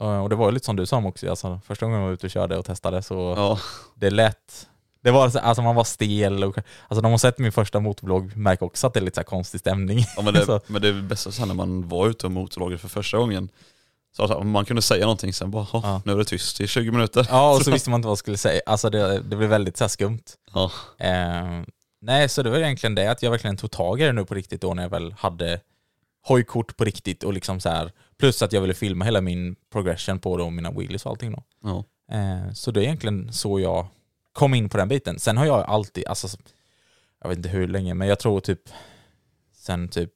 Speaker 4: Eh, Och det var ju lite som du sa också, alltså första gången jag var ute och körde och testade så
Speaker 2: Ja.
Speaker 4: det lät... Det var så, alltså man var stel och... Alltså de har sett min första motorblogg märker också att det är lite så här konstig stämning.
Speaker 2: Ja, men, det,
Speaker 4: Så,
Speaker 2: men det bästa sen när man var ute och motorlagrade för första gången, så att man kunde säga någonting sen bara, ja.
Speaker 4: Ja.
Speaker 2: nu är det tyst i 20 minuter.
Speaker 4: ja, och så visste man inte vad jag skulle säga. Alltså det, det blev väldigt så här skumt.
Speaker 2: Ja.
Speaker 4: Eh, nej, så det var egentligen det att jag verkligen tog tag i det nu på riktigt då när jag väl hade hojkort på riktigt och liksom så här. Plus att jag ville filma hela min progression på då, mina wheelies och allting då.
Speaker 2: Ja.
Speaker 4: Eh, så det är egentligen så jag kom in på den biten. Sen har jag alltid, alltså, jag vet inte hur länge, men jag tror typ sen typ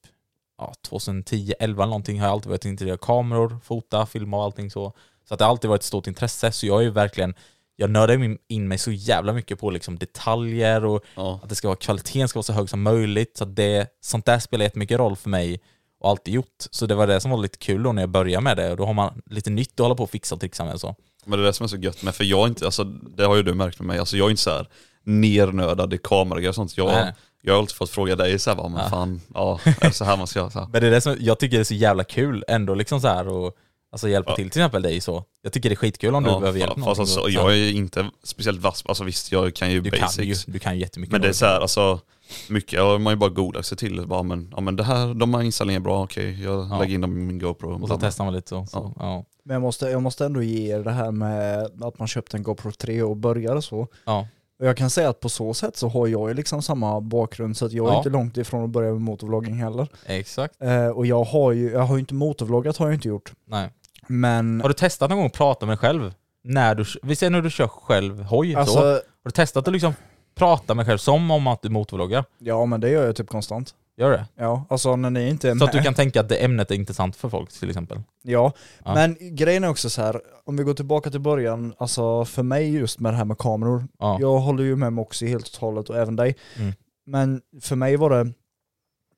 Speaker 4: ja, 2010, 11 någonting har jag alltid varit intresserad av kameror, fota, filma och allting så. Så att det har alltid varit ett stort intresse. Så jag är ju verkligen, jag nördar ju min- in mig så jävla mycket på liksom detaljer och
Speaker 2: Ja.
Speaker 4: att det ska vara, kvaliteten ska vara så hög som möjligt. Så att det, sånt där spelar jättemycket roll för mig och alltid gjort. Så det var det som var lite kul då när jag började med det. Och då har man lite nytt att hålla på och fixa och trixa med och så.
Speaker 2: Men det är det som är så gött med, för jag är inte, alltså, det har ju du märkt med mig, alltså, jag är inte så här nernördad i kameror och sånt. Jag,
Speaker 4: Nej.
Speaker 2: jag har alltid fått fråga dig så här, bara, men
Speaker 4: Ja.
Speaker 2: fan, ja, är det så här man ska göra? Så här.
Speaker 4: Men det är det som jag tycker det är så jävla kul ändå liksom så här och Alltså hjälpa
Speaker 2: Ja.
Speaker 4: till till exempel dig så. Jag tycker det är skitkul om du
Speaker 2: Ja,
Speaker 4: behöver
Speaker 2: fa-
Speaker 4: hjälp med
Speaker 2: fast
Speaker 4: någonting.
Speaker 2: alltså,
Speaker 4: Och så här,
Speaker 2: jag är inte speciellt vass, alltså visst jag kan ju
Speaker 4: du
Speaker 2: basics.
Speaker 4: kan ju, du kan ju jättemycket.
Speaker 2: Men det är
Speaker 4: om
Speaker 2: så här, alltså, mycket har man ju bara googlat sig till. Bara, men, ja men det här, de här inställningarna är bra, okej jag
Speaker 4: Ja.
Speaker 2: lägger in dem i min GoPro.
Speaker 4: Och
Speaker 2: Bla,
Speaker 4: så
Speaker 2: bla.
Speaker 4: testar man lite så. så ja.
Speaker 3: Men jag måste, jag måste ändå ge er det här med att man köpte en GoPro 3 och började så.
Speaker 4: Ja.
Speaker 3: Och jag kan säga att på så sätt så har jag ju liksom samma bakgrund så att jag är
Speaker 4: Ja.
Speaker 3: inte långt ifrån att börja med motorvlogging heller.
Speaker 4: exakt.
Speaker 3: Eh, och jag har ju, jag har ju inte motorvloggat har jag inte gjort.
Speaker 4: Nej.
Speaker 3: Men
Speaker 4: Har du testat någon gång att prata med dig själv? När du, vi säger när du kör själv hoj, så.
Speaker 3: alltså,
Speaker 4: Har du testat att liksom prata med dig själv som om att du motorvloggar?
Speaker 3: ja men det gör jag typ konstant.
Speaker 4: Gör det?
Speaker 3: Ja, alltså när ni inte är
Speaker 4: Så
Speaker 3: med.
Speaker 4: att du kan tänka att det ämnet är intressant för folk till exempel.
Speaker 3: Ja,
Speaker 4: Ja.
Speaker 3: men grejen är också så här, om vi går tillbaka till början, alltså för mig just med det här med kameror,
Speaker 4: Ja.
Speaker 3: jag håller ju med Moxie helt och hållet och även dig,
Speaker 4: Mm.
Speaker 3: men för mig var det,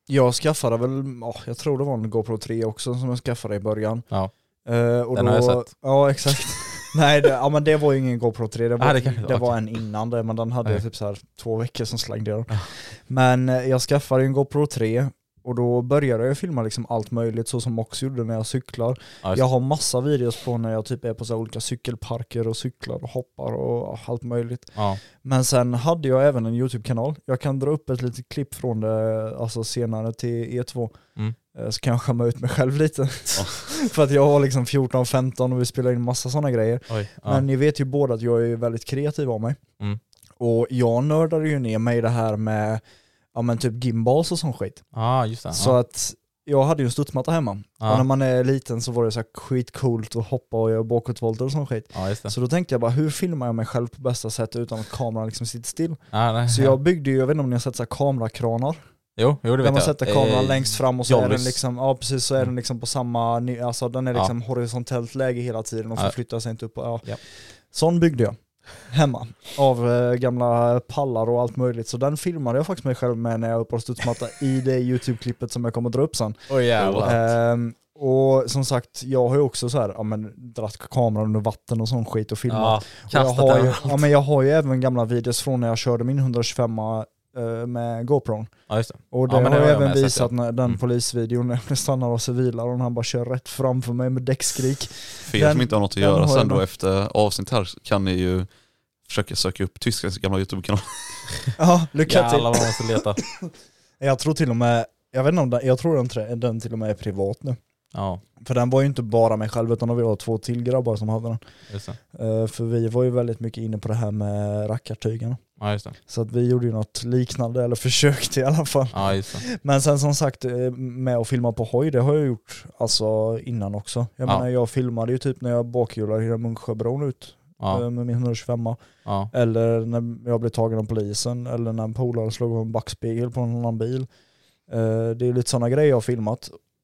Speaker 3: jag skaffade väl, ja, jag tror det var en GoPro 3 också som jag skaffade i början.
Speaker 4: Ja.
Speaker 3: Eh, och
Speaker 4: Den
Speaker 3: då,
Speaker 4: har jag sett.
Speaker 3: Ja exakt. Nej det, ja, men det var ju ingen GoPro 3, det var,
Speaker 4: Ah, det
Speaker 3: det
Speaker 4: kanske-
Speaker 3: var
Speaker 4: okej.
Speaker 3: en innan det men den hade
Speaker 4: Nej.
Speaker 3: typ så här två veckor som slängde den.
Speaker 4: Ja.
Speaker 3: Men eh, jag skaffade ju en GoPro 3 och då började jag filma liksom allt möjligt så som Mox gjorde när jag cyklar.
Speaker 4: Ja, just-
Speaker 3: Jag har massa videos på när jag typ är på så här olika cykelparker och cyklar och hoppar och allt möjligt.
Speaker 4: Ja.
Speaker 3: Men sen hade jag även en YouTube-kanal. Jag kan dra upp ett litet klipp från det alltså senare till E2.
Speaker 4: Mm.
Speaker 3: Eh, Så kan jag skämma ut mig själv lite. För att jag var liksom 14-15 och vi spelade in massa sådana grejer.
Speaker 4: Oj. Ja.
Speaker 3: Men ni vet ju båda att jag är väldigt kreativ av mig.
Speaker 4: Mm.
Speaker 3: Och jag nördade ju ner mig i det här med ja, men typ gimbals och sån skit.
Speaker 4: ah, just det.
Speaker 3: Så
Speaker 4: ja.
Speaker 3: att jag hade ju en studsmatta hemma.
Speaker 4: Ja.
Speaker 3: Och när man är liten så var det så här skitcoolt att hoppa och göra bakåtvolter och sån skit.
Speaker 4: ja, just det.
Speaker 3: Så då tänkte jag bara, hur filmar jag mig själv på bästa sätt utan att kameran liksom sitter still?
Speaker 4: Ja, nej.
Speaker 3: Så jag byggde ju, jag vet inte om ni har sett så här kamerakranar?
Speaker 4: jo, jo, det
Speaker 3: Där
Speaker 4: vet
Speaker 3: man
Speaker 4: jag.
Speaker 3: sätter kameran
Speaker 4: Eh,
Speaker 3: längst fram och så är
Speaker 4: Jollys. Mm.
Speaker 3: den liksom, ja precis, så är den liksom på samma, ny- alltså den är
Speaker 4: Ja.
Speaker 3: liksom horisontellt läge hela tiden och
Speaker 4: Ja.
Speaker 3: förflyttar sig inte upp. och- Ja.
Speaker 4: Ja.
Speaker 3: Sån byggde jag. Hemma. Av eh, gamla pallar och allt möjligt. Så den filmade jag faktiskt mig själv med när jag var uppe på studsmatta i det YouTube-klippet som jag kommer dra upp sen.
Speaker 4: Oj jävlar.
Speaker 3: Ehm, och som sagt, jag har ju också så här, ja, men, dratt kameran under vatten och sån skit och filmat.
Speaker 4: Ja,
Speaker 3: och jag,
Speaker 4: kastat
Speaker 3: har ju,
Speaker 4: den.
Speaker 3: ja, men jag har ju även gamla videos från när jag körde min 125 eh, med GoPron.
Speaker 4: Ja, just det.
Speaker 3: Och det
Speaker 4: Ja, men det
Speaker 3: har
Speaker 4: har
Speaker 3: jag
Speaker 4: jag
Speaker 3: även
Speaker 4: med, så att
Speaker 3: visat
Speaker 4: jag-
Speaker 3: när, den
Speaker 4: Mm.
Speaker 3: polisvideon när jag blev stannad av civilaren och han bara kör rätt framför mig med däckskrik.
Speaker 2: För er
Speaker 3: Den-
Speaker 2: som inte har något att
Speaker 3: den har
Speaker 2: göra
Speaker 3: jag
Speaker 2: sen då
Speaker 3: med.
Speaker 2: efter avsnitt här kan ni ju försöka söka upp Tysklands gamla YouTube-kanal.
Speaker 3: ja, lycka
Speaker 4: Jävlar
Speaker 3: till.
Speaker 4: vad man måste leta.
Speaker 3: Jag tror till och med, jag vet inte om den, jag tror den, trä- den till och med är privat nu.
Speaker 4: Ja,
Speaker 3: För den var ju inte bara mig själv utan vi var två till grabbar som hade den.
Speaker 4: just det.
Speaker 3: Eh, för vi var ju väldigt mycket inne på det här med rackartygen.
Speaker 4: Ja, just det.
Speaker 3: Så att vi gjorde ju något liknande, eller försökte i alla fall.
Speaker 4: Ja, just det.
Speaker 3: Men sen som sagt, eh, med att filma på hoj, det har jag gjort alltså innan också. Jag
Speaker 4: Ja.
Speaker 3: menar jag filmade ju typ när jag bakhjulade hela Munksjöbron ut
Speaker 4: Ja,
Speaker 3: eh, med min 125
Speaker 4: ja,
Speaker 3: Eller när jag blev tagen av polisen, eller när en polare slog på en backspegel på en annan bil. Eh, Det är lite sådana grejer jag har filmat.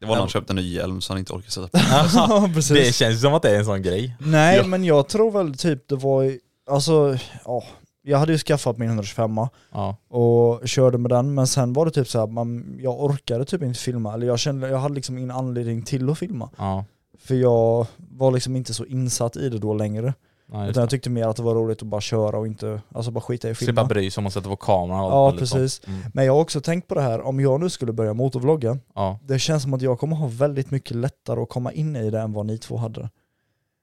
Speaker 2: Det var när han köpte en ny hjälm så han inte orkade sätta på
Speaker 3: Ja, precis.
Speaker 4: Det känns som att det är en sån grej.
Speaker 3: Nej,
Speaker 2: Ja.
Speaker 3: men jag tror väl typ det var, i- alltså, ja. Jag hade ju skaffat min 125
Speaker 4: Ja,
Speaker 3: och körde med den, men sen var det typ så här, man, jag orkade typ inte filma, eller jag kände, jag hade liksom ingen anledning till att filma.
Speaker 4: ja.
Speaker 3: För jag var liksom inte så insatt i det då längre.
Speaker 4: ja just
Speaker 3: Utan
Speaker 4: det.
Speaker 3: jag tyckte mer att det var roligt att bara köra och inte, alltså bara skita i
Speaker 4: Slippa
Speaker 3: filma.
Speaker 4: bry sig om man sätter på kameran och
Speaker 3: Ja,
Speaker 4: allt möjligt sånt.
Speaker 3: precis.
Speaker 4: Mm.
Speaker 3: Men jag har också tänkt på det här, om jag nu skulle börja motorvlogga,
Speaker 4: Ja.
Speaker 3: det känns som att jag kommer ha väldigt mycket lättare att komma in i det än vad ni två hade.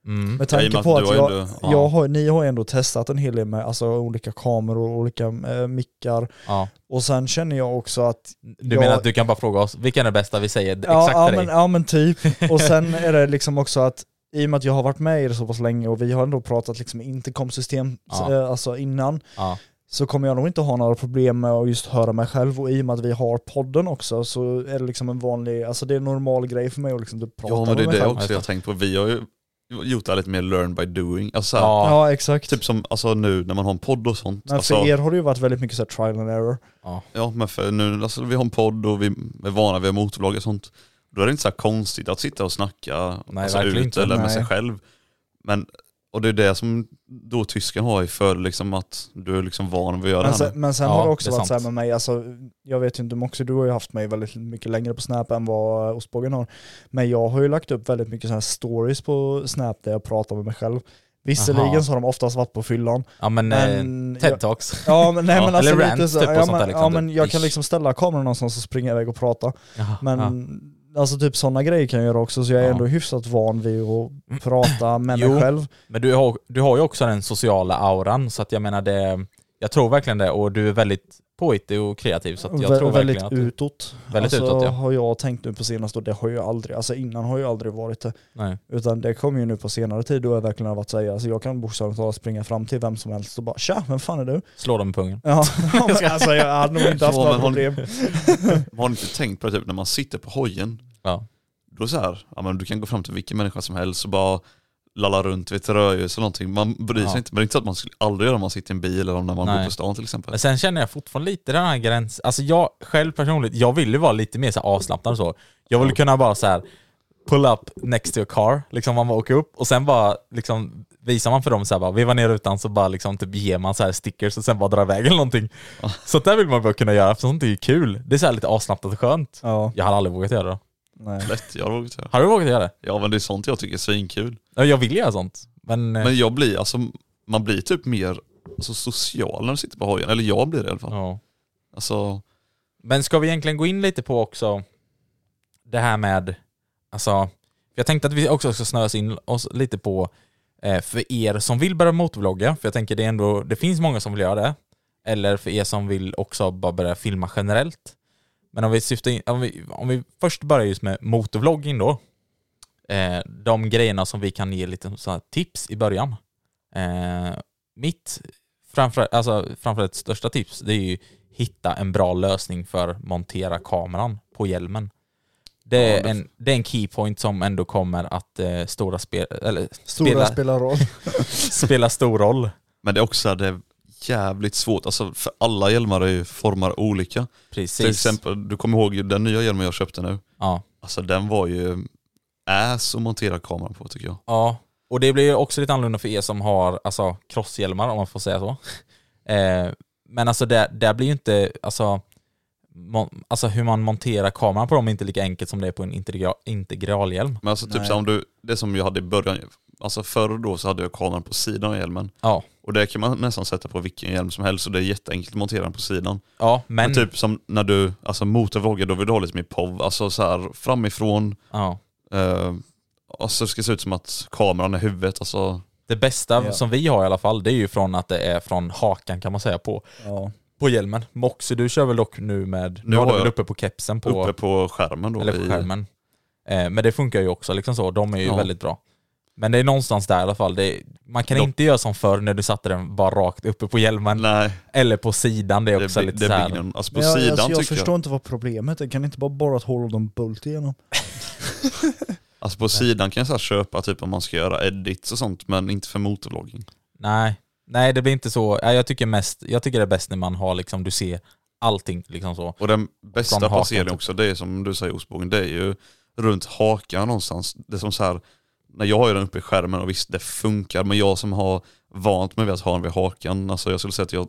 Speaker 4: Mm.
Speaker 3: Med
Speaker 2: Ja, i och
Speaker 3: tanke
Speaker 2: med
Speaker 3: på
Speaker 2: att
Speaker 3: att
Speaker 2: du
Speaker 3: jag,
Speaker 2: har ändå-
Speaker 4: ja.
Speaker 3: jag alltså, har, ni har ju ändå testat en hel del med alltså, olika kameror och olika eh, mickar.
Speaker 4: Ja.
Speaker 3: Och sen känner jag också att...
Speaker 4: Du
Speaker 3: jag,
Speaker 4: menar att du kan bara fråga oss, vilken är det bästa vi säger
Speaker 3: ja,
Speaker 4: exakt
Speaker 3: ja,
Speaker 4: till
Speaker 3: men,
Speaker 4: dig?
Speaker 3: ja men typ. Och sen är det liksom också att i och med att jag har varit med er så pass länge och vi har ändå pratat liksom interkomsystem
Speaker 4: Ja.
Speaker 3: eh, alltså innan,
Speaker 4: Ja.
Speaker 3: så kommer jag nog inte ha några problem med att just höra mig själv och i och med att vi har podden också så är det liksom en vanlig, alltså det är en normal grej för mig att liksom inte prata
Speaker 2: Ja men det är
Speaker 3: med mig
Speaker 2: det
Speaker 3: själv.
Speaker 4: Just
Speaker 2: också
Speaker 4: det.
Speaker 2: jag har tänkt på. Vi har ju gjort det här lite mer learn by doing. Alltså så här,
Speaker 4: Ja.
Speaker 3: Ja exakt.
Speaker 2: Typ som alltså, nu när man har en podd och sånt.
Speaker 3: Men
Speaker 2: alltså,
Speaker 3: för er har det ju varit väldigt mycket så här trial and error.
Speaker 2: Ja men för nu, alltså, vi har en podd och vi är vana vid motorvlogg och sånt. Då är det inte så här konstigt att sitta och snacka
Speaker 4: Nej,
Speaker 2: alltså,
Speaker 4: verkligen
Speaker 2: ut
Speaker 4: inte.
Speaker 2: eller med sig
Speaker 3: Nej.
Speaker 2: själv. Men, och det är det som då tysken har i för liksom att du är liksom van vid att göra
Speaker 3: Men
Speaker 4: Alltså,
Speaker 2: det här.
Speaker 3: sen, men sen
Speaker 4: Ja,
Speaker 3: har det också
Speaker 4: det är
Speaker 3: varit så här
Speaker 4: sant.
Speaker 3: med mig, alltså, jag vet ju inte, Moxie du har ju haft mig väldigt mycket längre på Snap än vad eh, Ostbågen har. Men jag har ju lagt upp väldigt mycket så här stories på Snap där jag pratar med mig själv. Visserligen
Speaker 4: Aha.
Speaker 3: så har de oftast varit på fyllan.
Speaker 4: Ja men,
Speaker 3: Men
Speaker 4: eh,
Speaker 3: jag-
Speaker 4: TED-talks.
Speaker 3: Ja men, nej,
Speaker 4: Ja,
Speaker 3: men alltså
Speaker 4: eller rant
Speaker 3: lite så,
Speaker 4: typ och
Speaker 3: ja,
Speaker 4: sånt
Speaker 3: men,
Speaker 4: där liksom,
Speaker 3: ja, men
Speaker 4: typ.
Speaker 3: jag kan
Speaker 4: Ish.
Speaker 3: liksom ställa kameran någonstans och springa iväg och prata.
Speaker 4: Ja,
Speaker 3: Men
Speaker 4: ja.
Speaker 3: alltså typ sådana grejer kan jag göra också, så jag är
Speaker 4: Ja.
Speaker 3: ändå hyfsat van vid att prata med mig
Speaker 4: Jo.
Speaker 3: själv.
Speaker 4: Men du har, du har ju också den sociala auran, så att jag menar det, jag tror verkligen det, och du är väldigt påhittig och kreativ, så att jag
Speaker 3: Vä-
Speaker 4: tror
Speaker 3: väldigt
Speaker 4: verkligen att du,
Speaker 3: utåt.
Speaker 4: Väldigt
Speaker 3: alltså,
Speaker 4: utåt, ja.
Speaker 3: har jag tänkt nu på senaste och det har jag aldrig, alltså innan har jag aldrig varit det.
Speaker 4: nej.
Speaker 3: Utan det kom ju nu på senare tid då jag verkligen har varit såhär, alltså jag kan bokstavligt talat springa fram till vem som helst och bara tja, vem fan är du?
Speaker 4: slå dem i pungen.
Speaker 3: Ja, men, alltså jag hade nog inte haft
Speaker 2: Ja,
Speaker 3: några
Speaker 2: men hon-
Speaker 3: problem.
Speaker 2: Men Har ni inte tänkt på det typ när man sitter på hojen?
Speaker 4: Ja.
Speaker 2: Då så här, ja, men du kan gå fram till vilken människa som helst och bara lalla runt vid ett rödljus eller någonting. Man bryr sig
Speaker 4: Ja.
Speaker 2: inte. Men det är inte så att man skulle aldrig göra om man sitter i en bil eller om när man
Speaker 4: Nej.
Speaker 2: går på stan till exempel.
Speaker 4: Men sen känner jag fortfarande lite den här gränsen, alltså jag själv personligt, jag vill ju vara lite mer så här avslappnad och så. Jag vill kunna bara så här pull up next to a car, liksom man bara åker upp och sen bara liksom visar man för dem så här bara, veva ner rutan så bara liksom typ ger man så här stickers och sen bara drar iväg eller någonting. Så där vill man bara kunna göra, för sånt är ju kul. Det är så här lite avslappnat och skönt.
Speaker 3: Ja,
Speaker 4: Jag hade aldrig vågat göra det.
Speaker 3: nej.
Speaker 2: Lätt, jag har vågat göra.
Speaker 4: Har du vågat göra det?
Speaker 2: Ja men det är sånt jag tycker är svinkul.
Speaker 4: Ja, Jag vill göra sånt, men... eh,
Speaker 2: Men jag blir alltså, man blir typ mer alltså, social när du sitter på hojen. Eller jag blir det i alla fall.
Speaker 4: ja.
Speaker 2: Alltså,
Speaker 4: Men ska vi egentligen gå in lite på också det här med, alltså, jag tänkte att vi också ska snöa oss in oss lite på eh, för er som vill börja motorvlogga, för jag tänker det är ändå, det finns många som vill göra det, eller för er som vill också bara börja filma generellt. Men om vi syftar in, om vi, om vi först börjar just med motorvlogging då, eh, de grejerna som vi kan ge lite så här tips i början. Eh, mitt framför, alltså, framförallt största tips, det är ju hitta en bra lösning för montera kameran på hjälmen. Det är,
Speaker 2: Ja, det-
Speaker 4: En, det är en keypoint som ändå kommer att eh, stora spel, eller,
Speaker 3: Stora
Speaker 4: spela,
Speaker 3: spelar roll.
Speaker 4: spela stor roll.
Speaker 2: men det är också så här, det är jävligt svårt. Alltså, för alla hjälmar är ju, formar olika.
Speaker 4: Precis.
Speaker 2: Till exempel, du kommer ihåg ju den nya hjälmen jag köpte nu.
Speaker 4: Ja.
Speaker 2: Alltså den var ju ass att montera kameran på tycker jag.
Speaker 4: ja. Och det blir ju också lite annorlunda för er som har alltså, crosshjälmar om man får säga så. Eh, men alltså där, där blir ju inte, alltså, mon, alltså hur man monterar kameran på dem är inte lika enkelt som det är på en integra, integralhjälm.
Speaker 2: Men alltså typ
Speaker 3: Nej.
Speaker 2: så här, om du, det som jag hade i början, alltså förr då så hade jag kameran på sidan av hjälmen.
Speaker 4: Ja.
Speaker 2: Och det kan man nästan sätta på vilken hjälm som helst och det är jätteenkelt att montera den på sidan.
Speaker 4: Ja, men...
Speaker 2: Men typ som när du, alltså motorvloggar, då vill du ha lite mer POV, alltså så här framifrån,
Speaker 4: ja.
Speaker 2: eh, alltså det ska se ut som att kameran är huvudet, alltså
Speaker 4: Det bästa
Speaker 3: Ja.
Speaker 4: som vi har i alla fall, det är ju från att det är från hakan kan man säga på,
Speaker 3: Ja.
Speaker 4: på hjälmen. Moxie, du kör väl dock nu med, nu
Speaker 2: Nu
Speaker 4: har du
Speaker 2: har
Speaker 4: väl
Speaker 2: jag-
Speaker 4: uppe på kepsen på,
Speaker 2: uppe på skärmen då.
Speaker 4: eller på
Speaker 2: i-
Speaker 4: skärmen. Eh, men det funkar ju också liksom så, de är ju
Speaker 2: Ja.
Speaker 4: väldigt bra. Men det är någonstans där i alla fall, det, man kan
Speaker 2: De-
Speaker 4: inte göra som förr när du satte den bara rakt uppe på hjälmen,
Speaker 2: Nej,
Speaker 4: eller på sidan, det är
Speaker 2: det,
Speaker 4: också
Speaker 2: det,
Speaker 4: lite
Speaker 2: det
Speaker 4: så
Speaker 2: är
Speaker 4: här.
Speaker 2: big no- Alltså på
Speaker 3: Men jag,
Speaker 2: sidan
Speaker 3: alltså, jag
Speaker 2: tycker jag.
Speaker 3: förstår inte vad problemet är, kan ni inte bara borra ett hål och de bult igenom?
Speaker 2: Alltså på sidan kan jag så här köpa typ om man ska göra edits och sånt men inte för motorvlogging.
Speaker 4: Nej, nej det blir inte så. Nej, Jag tycker, mest, jag tycker det är bäst när man har liksom, du ser allting liksom så.
Speaker 2: Och den
Speaker 4: Från
Speaker 2: bästa
Speaker 4: hakan,
Speaker 2: placeringen
Speaker 4: typ.
Speaker 2: också det är som du säger ostbågen, det är ju runt hakan någonstans. Det är som så här, när jag har ju den uppe i skärmen och visst det funkar men jag som har vant mig vid att ha den vid hakan, alltså jag skulle säga att jag,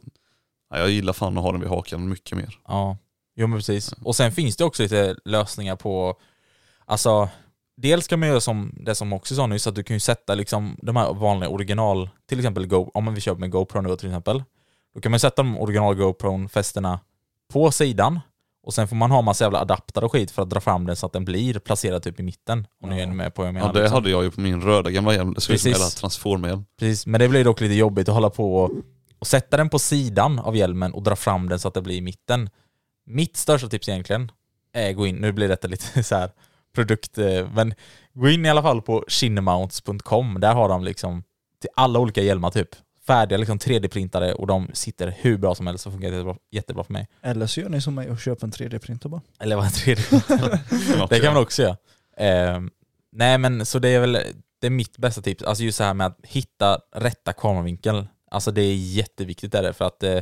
Speaker 2: nej, jag gillar fan att ha den vid hakan mycket mer.
Speaker 4: Ja, jo men precis. Och sen finns det också lite lösningar på, alltså dels kan man göra som det som också sa nyss, att du kan ju sätta liksom de här vanliga original, till exempel Go, om vi kör med GoPro nu till exempel, då kan man sätta de original GoPro-fästena på sidan och sen får man ha massa jävla adapter och skit för att dra fram den så att den blir placerad typ i mitten. Om ni är med på vad jag menar.
Speaker 2: Ja, det
Speaker 4: liksom.
Speaker 2: hade jag ju på min röda gamla hjälm, det såg ut som en
Speaker 4: Precis.
Speaker 2: jävla transformerhjälm.
Speaker 4: Precis, men det blir dock lite jobbigt att hålla på och, och sätta den på sidan av hjälmen och dra fram den så att det blir i mitten. Mitt största tips egentligen är gå in, nu blir detta lite så här produkt. eh, Men gå in i alla fall på shinmounts.com. Där har de liksom till alla olika hjälmar typ. Färdiga liksom 3D-printade och de sitter hur bra som helst och funkar jättebra, jättebra för mig.
Speaker 3: Eller så gör ni som mig och köper en 3D-printer bara.
Speaker 4: Eller vad 3D-printade? det kan man också göra. Ehm, nej men så det är väl det är mitt bästa tips. Alltså just det här med att hitta rätta kameravinkel. Alltså det är jätteviktigt där för att eh,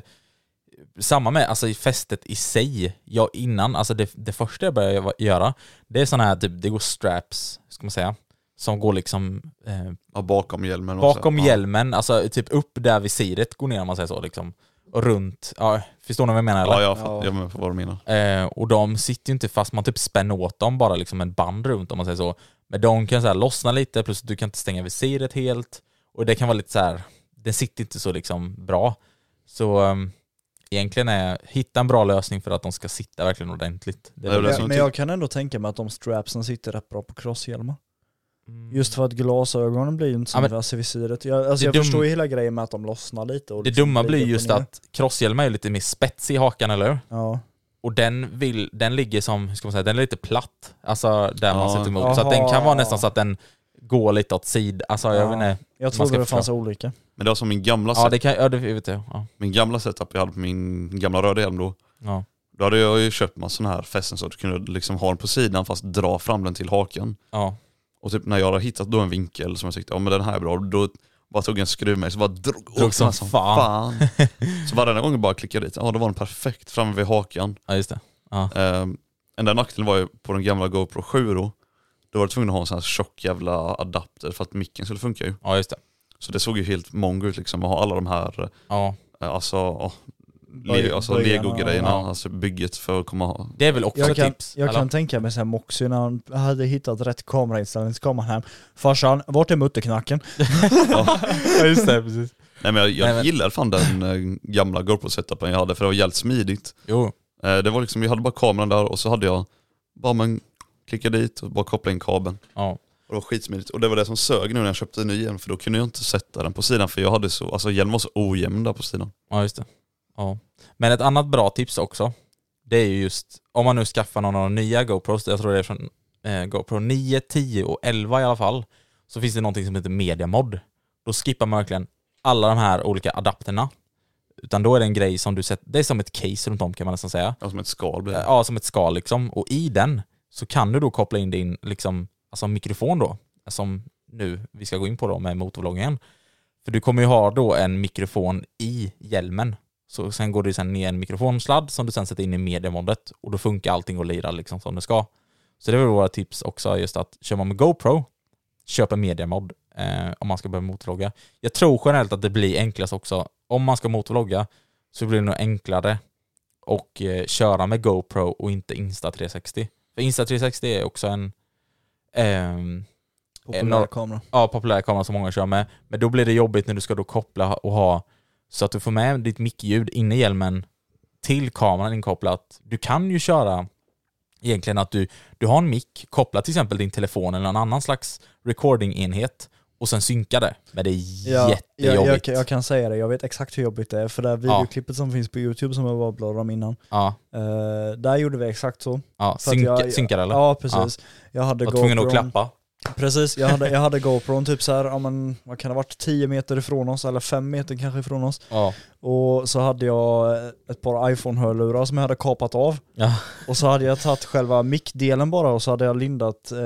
Speaker 4: samma med alltså i fästet i sig, jag innan, alltså det, det första jag började göra- göra, det är sådana här typ, det går straps, ska man säga, som går liksom eh,
Speaker 2: Ja, bakom hjälmen också.
Speaker 4: bakom
Speaker 2: Ja.
Speaker 4: hjälmen, alltså typ upp där visiret går ner om man säger så liksom. Och runt, ja, förstår ni vad jag menar? eller?
Speaker 2: Ja, jag fattar jag menar vad du menar.
Speaker 4: Eh, och de sitter ju inte fast, man typ spänner åt dem bara liksom en band runt om man säger så. Men de kan så här lossna lite, plus att du kan inte stänga visiret helt. Och det kan vara lite så här, den sitter inte så liksom bra. Så ehm, egentligen är hitta en bra lösning för att de ska sitta verkligen ordentligt. Det är
Speaker 2: Nej,
Speaker 4: väl-
Speaker 2: det är som
Speaker 3: Men, men
Speaker 2: typ-
Speaker 3: jag kan ändå tänka mig att de strapsen sitter rätt bra på crosshjälmar.
Speaker 4: Mm.
Speaker 3: Just för att glasögonen blir ju inte så
Speaker 4: Ja, men-
Speaker 3: diverse visiret. Jag, alltså
Speaker 4: Det
Speaker 3: jag
Speaker 4: dum-
Speaker 3: förstår ju hela grejen med att de lossnar lite. Och
Speaker 4: det
Speaker 3: liksom
Speaker 4: dumma blir
Speaker 3: upp och
Speaker 4: just
Speaker 3: ner.
Speaker 4: att crosshjälmen är lite mer spetsig i hakan, eller hur?
Speaker 3: Ja.
Speaker 4: Och den, vill, den ligger som, hur ska man säga, den är lite platt. Alltså där man
Speaker 2: Ja.
Speaker 4: sitter emot. Så att den kan
Speaker 3: Jaha.
Speaker 4: vara nästan så att den går lite åt sidan. Alltså jag
Speaker 3: Ja.
Speaker 4: vet inte.
Speaker 3: Jag
Speaker 4: ska
Speaker 3: trodde det
Speaker 4: förstå.
Speaker 3: fanns olika.
Speaker 2: Men det var som min gamla,
Speaker 4: Ja
Speaker 2: set,
Speaker 4: det kan, ja det vet jag. Ja.
Speaker 2: min gamla setup jag hade på min gamla röda hjälm då.
Speaker 4: Ja.
Speaker 2: Då hade jag ju köpt mig en sån här fästen så att du kunde liksom ha den på sidan fast dra fram den till haken.
Speaker 4: Ja.
Speaker 2: Och typ när jag hade hittat då en vinkel som jag tyckte, ja men den här är bra, då bara tog jag en skruvmejsel och bara drog, åt
Speaker 4: Drog
Speaker 2: den
Speaker 4: som
Speaker 2: här
Speaker 4: fan.
Speaker 2: fan. Så varenda gång jag bara klickade dit, ja då var den perfekt framme vid hakan.
Speaker 4: ja, just det. Ja.
Speaker 2: Eh, enda nackdelen var ju på den gamla GoPro 7 då, då var du tvungen att ha en sån här tjock jävla adapter för att micken skulle funka ju.
Speaker 4: ja, just det.
Speaker 2: Så det såg ju helt mongo ut liksom att ha alla de här,
Speaker 4: Ja.
Speaker 2: eh, alltså, ja, le,
Speaker 3: Böj-
Speaker 2: alltså
Speaker 3: böjarna,
Speaker 2: lego-grejerna,
Speaker 4: ja.
Speaker 2: alltså bygget för att komma ha.
Speaker 4: Det är väl också
Speaker 3: Jag
Speaker 4: ett
Speaker 3: kan,
Speaker 4: tips?
Speaker 3: jag
Speaker 4: eller?
Speaker 3: kan tänka mig såhär Moxie när han hade hittat rätt kamerainställning så kom han hem. Farsan, vart är mutterknacken?
Speaker 4: ja, just det. Precis.
Speaker 2: Nej men jag, jag
Speaker 4: Nej, men-
Speaker 2: gillar fan den eh, gamla GoPro-setupen jag hade för det var jävligt smidigt.
Speaker 4: Jo.
Speaker 2: Eh, Det var liksom, jag hade bara kameran där och så hade jag bara men klicka dit och bara koppla in kabeln.
Speaker 4: Ja.
Speaker 2: Och det var skitsmidigt. Och det var det som sög nu när jag köpte en ny hjälm för då kunde jag inte sätta den på sidan för jag hade så, alltså hjälmen var så ojämn där på sidan.
Speaker 4: ja, just det. Ja. Men ett annat bra tips också, det är ju just om man nu skaffar någon av de nya GoPros, jag tror det är från eh, GoPro 9, 10 och 11 i alla fall, så finns det någonting som heter Media Mod. Då skippar man verkligen alla de här olika adapterna. Utan då är det en grej som du sätter, det är som ett case runt om kan man nästan säga.
Speaker 2: Ja, Alltså, som ett skal blev det.
Speaker 4: Ja, som ett skal liksom. Och i den så kan du då koppla in din liksom, alltså mikrofon då, som nu vi ska gå in på då med motorvloggen. För du kommer ju ha då en mikrofon i hjälmen. Så sen går det sen ner en mikrofonsladd som du sen sätter in i mediamodet och då funkar allting och lirar liksom som det ska. Så det var våra tips också just att kör man med GoPro, köp en mediamod eh, om man ska börja motorvlogga. Jag tror generellt att det blir enklast också, om man ska motorvlogga så blir det nog enklare och eh, köra med GoPro och inte Insta360. För Insta360 är också en ehm,
Speaker 3: Populär
Speaker 4: Enorm-
Speaker 3: kamera.
Speaker 4: ja, populär kamera som många kör med. Men då blir det jobbigt när du ska då koppla och ha så att du får med ditt mickljud inne i hjälmen till kameran inkopplat. Du kan ju köra egentligen att du, du har en mick kopplad till exempel din telefon eller en annan slags recording-enhet och sen synka det. Men det är
Speaker 3: Ja, jag, jag,
Speaker 4: jättejobbigt.
Speaker 3: jag, kan säga det, jag vet exakt hur jobbigt det är. För det här videoklippet som finns på youtube som jag bara bladade om innan,
Speaker 4: ja,
Speaker 3: eh, där gjorde vi exakt så.
Speaker 4: ja.
Speaker 3: För att
Speaker 4: Synka,
Speaker 3: jag-
Speaker 4: synkar eller?
Speaker 3: Ja precis. Jag hade
Speaker 4: Jag var tvungen att
Speaker 3: GoPron-
Speaker 4: klappa.
Speaker 3: Precis, jag hade, jag hade GoPron typ såhär, ja men vad kan det ha varit, 10 meter ifrån oss eller 5 meter kanske ifrån oss.
Speaker 4: Ja.
Speaker 3: Och så hade jag eh, ett par iPhone-hörlurar som jag hade kapat av.
Speaker 4: Ja.
Speaker 3: Och så hade jag tagit själva mickdelen bara och så hade jag lindat, eh,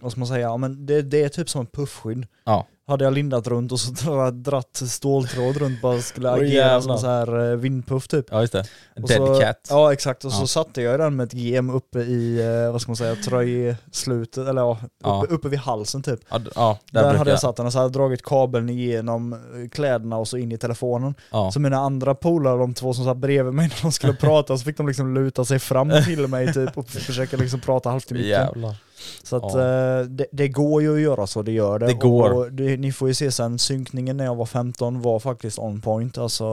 Speaker 3: vad ska man säga, ja men det, det är typ som en puffskydd.
Speaker 4: Ja.
Speaker 3: Hade jag lindat runt och så dra- dratt ståltråd runt bara skulle
Speaker 4: Åh,
Speaker 3: agera som
Speaker 4: jävlar.
Speaker 3: så här eh, vindpuff typ.
Speaker 4: ja, just det.
Speaker 3: Och
Speaker 4: Dead
Speaker 3: så,
Speaker 4: cat.
Speaker 3: Ja exakt, och så
Speaker 4: Ja.
Speaker 3: satte jag den med ett gem uppe i, eh, vad ska man säga, tröjslutet, eller ja, uppe,
Speaker 4: Ja.
Speaker 3: uppe vid halsen typ.
Speaker 4: Ja, d- ja, där,
Speaker 3: Där,
Speaker 4: brukar
Speaker 3: hade jag satt den och så hade jag dragit kabeln igenom eh, kläderna och så in i telefonen.
Speaker 4: Ja.
Speaker 3: Så mina andra polare, de två som satt bredvid mig när de skulle prata, så fick de liksom luta sig fram till mig typ och försöka liksom prata halvt i micken.
Speaker 4: Jävlar.
Speaker 3: Så att
Speaker 4: Ja.
Speaker 3: eh, det, det går ju att göra så, det gör det.
Speaker 4: Det går.
Speaker 3: Och, och det, ni får ju se sen, synkningen när jag var 15 var faktiskt on point. Alltså,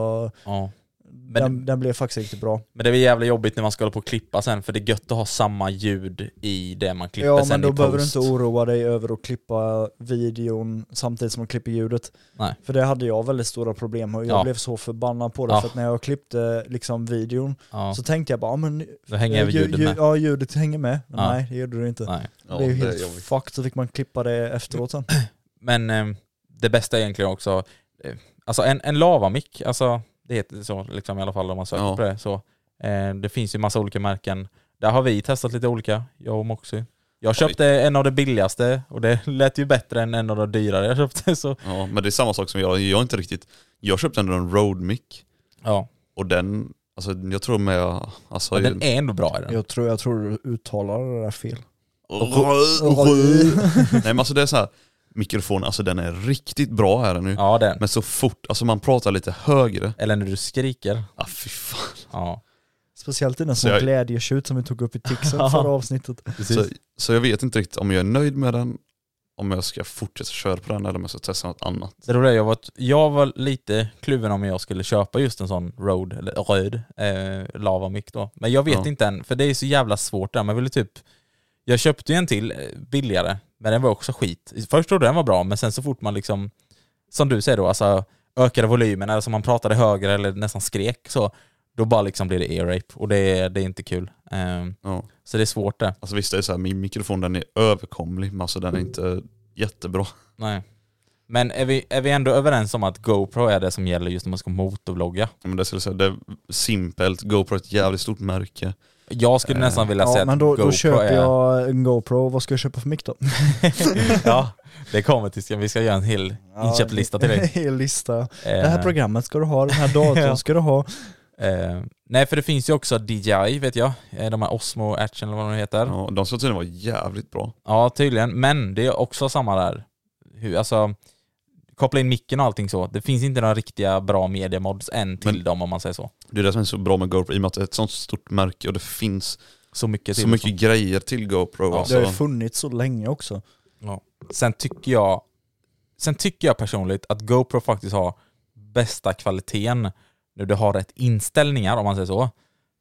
Speaker 4: Ja. Men-
Speaker 3: den, den blev faktiskt riktigt bra.
Speaker 4: Men det är väl jävla jobbigt när man ska hålla på och klippa sen för det är gött att ha samma ljud i det man klipper
Speaker 3: Ja
Speaker 4: sen
Speaker 3: men då
Speaker 4: i
Speaker 3: behöver du
Speaker 4: post.
Speaker 3: inte oroa dig över att klippa videon samtidigt som man klipper ljudet.
Speaker 4: Nej.
Speaker 3: För det hade jag väldigt stora problem med och jag
Speaker 4: Ja.
Speaker 3: blev så förbannad på det
Speaker 4: Ja.
Speaker 3: för att när jag klippte liksom videon
Speaker 4: Ja.
Speaker 3: så tänkte jag bara, ah, men
Speaker 4: Då hänger även
Speaker 3: ljud-
Speaker 4: ljudet
Speaker 3: ljud-
Speaker 4: med.
Speaker 3: Ja ljudet hänger med. Men
Speaker 4: Ja.
Speaker 3: Nej det gjorde det inte.
Speaker 4: Nej.
Speaker 2: Ja,
Speaker 3: det är ju
Speaker 2: är
Speaker 3: helt
Speaker 2: jobbigt.
Speaker 3: fucked så fick man klippa det efteråt sen.
Speaker 4: Men eh, det bästa är egentligen också, eh, alltså en, en lavamick, alltså det heter så liksom i alla fall om man söker
Speaker 2: Ja.
Speaker 4: på det. Så, eh, det finns ju massa olika märken. Där har vi testat lite olika, jag och Moxie. Jag köpte en av de billigaste och det lät ju bättre än en av de dyrare jag köpte. Så,
Speaker 2: Ja, men det är samma sak som jag, jag är inte riktigt, jag köpte ändå en Rode mic
Speaker 4: ja.
Speaker 2: och den, alltså jag tror med, alltså...
Speaker 4: Men den är ändå bra. Är den.
Speaker 3: Jag tror, jag tror du uttalar det där fel.
Speaker 2: Nej men alltså det är så här, mikrofonen, alltså den är riktigt bra här nu.
Speaker 4: Ja, den.
Speaker 2: Men så fort, alltså man pratar lite högre,
Speaker 4: Eller när du skriker.
Speaker 2: ah fy fan.
Speaker 4: Ja.
Speaker 3: Speciellt i den
Speaker 2: Så
Speaker 3: små
Speaker 2: jag-
Speaker 3: glädjetjut som vi tog upp i Tixen förra avsnittet.
Speaker 2: Så, så jag vet inte riktigt om jag är nöjd med den, om jag ska fortsätta köra på den eller om jag ska testa något annat.
Speaker 4: Det roliga är jag var, att jag var lite kluven om jag skulle köpa just en sån road, eller röd, eh, lavamick då. Men jag vet
Speaker 2: Ja.
Speaker 4: inte än, för det är så jävla svårt där. Man ville typ... Jag köpte ju en till eh, billigare, men den var också skit. Först trodde jag den var bra, men sen så fort man liksom, som du säger då, alltså ökade volymen, eller som man pratade högre eller nästan skrek så, då bara liksom blir det ear rape och det är, det är inte kul. Eh,
Speaker 2: Ja.
Speaker 4: så det är svårt det.
Speaker 2: Alltså visst det är så här, min mikrofon den är överkomlig men alltså den är inte jättebra.
Speaker 4: Nej. Men är vi, är vi ändå överens om att GoPro är det som gäller just när man ska motorvlogga?
Speaker 2: Men det, skulle jag säga, det är simpelt, GoPro är ett jävligt stort märke.
Speaker 4: Jag skulle nästan vilja säga
Speaker 3: Ja, men då,
Speaker 4: att GoPro
Speaker 3: då köper
Speaker 4: är...
Speaker 3: jag en GoPro, vad ska jag köpa för mick då?
Speaker 4: ja, det kommer till, vi ska göra en hel inköpslista till
Speaker 3: En
Speaker 4: dig.
Speaker 3: hel lista.
Speaker 4: Eh,
Speaker 3: Det här programmet ska du ha, den här datorn
Speaker 4: Ja.
Speaker 3: ska du ha.
Speaker 4: eh, nej, för det finns ju också DJI vet jag, Eh, de här Osmo Action eller vad de heter. Ja.
Speaker 2: Ja, de ska tydligen vara jävligt bra.
Speaker 4: tydligen, men det är också samma där. Hur, alltså, koppla in micken och allting så. Det finns inte några riktiga bra mediamods än till
Speaker 2: Men-
Speaker 4: dem om man säger så.
Speaker 2: Det är det som är så bra med GoPro i och med att det är ett sånt stort märke och det finns
Speaker 4: Så mycket till.
Speaker 2: så mycket grejer till GoPro.
Speaker 4: Ja,
Speaker 2: alltså.
Speaker 3: Det har ju funnits så länge också.
Speaker 4: Sen tycker jag Sen tycker jag personligt att GoPro faktiskt har bästa kvaliteten när du har rätt inställningar om man säger så.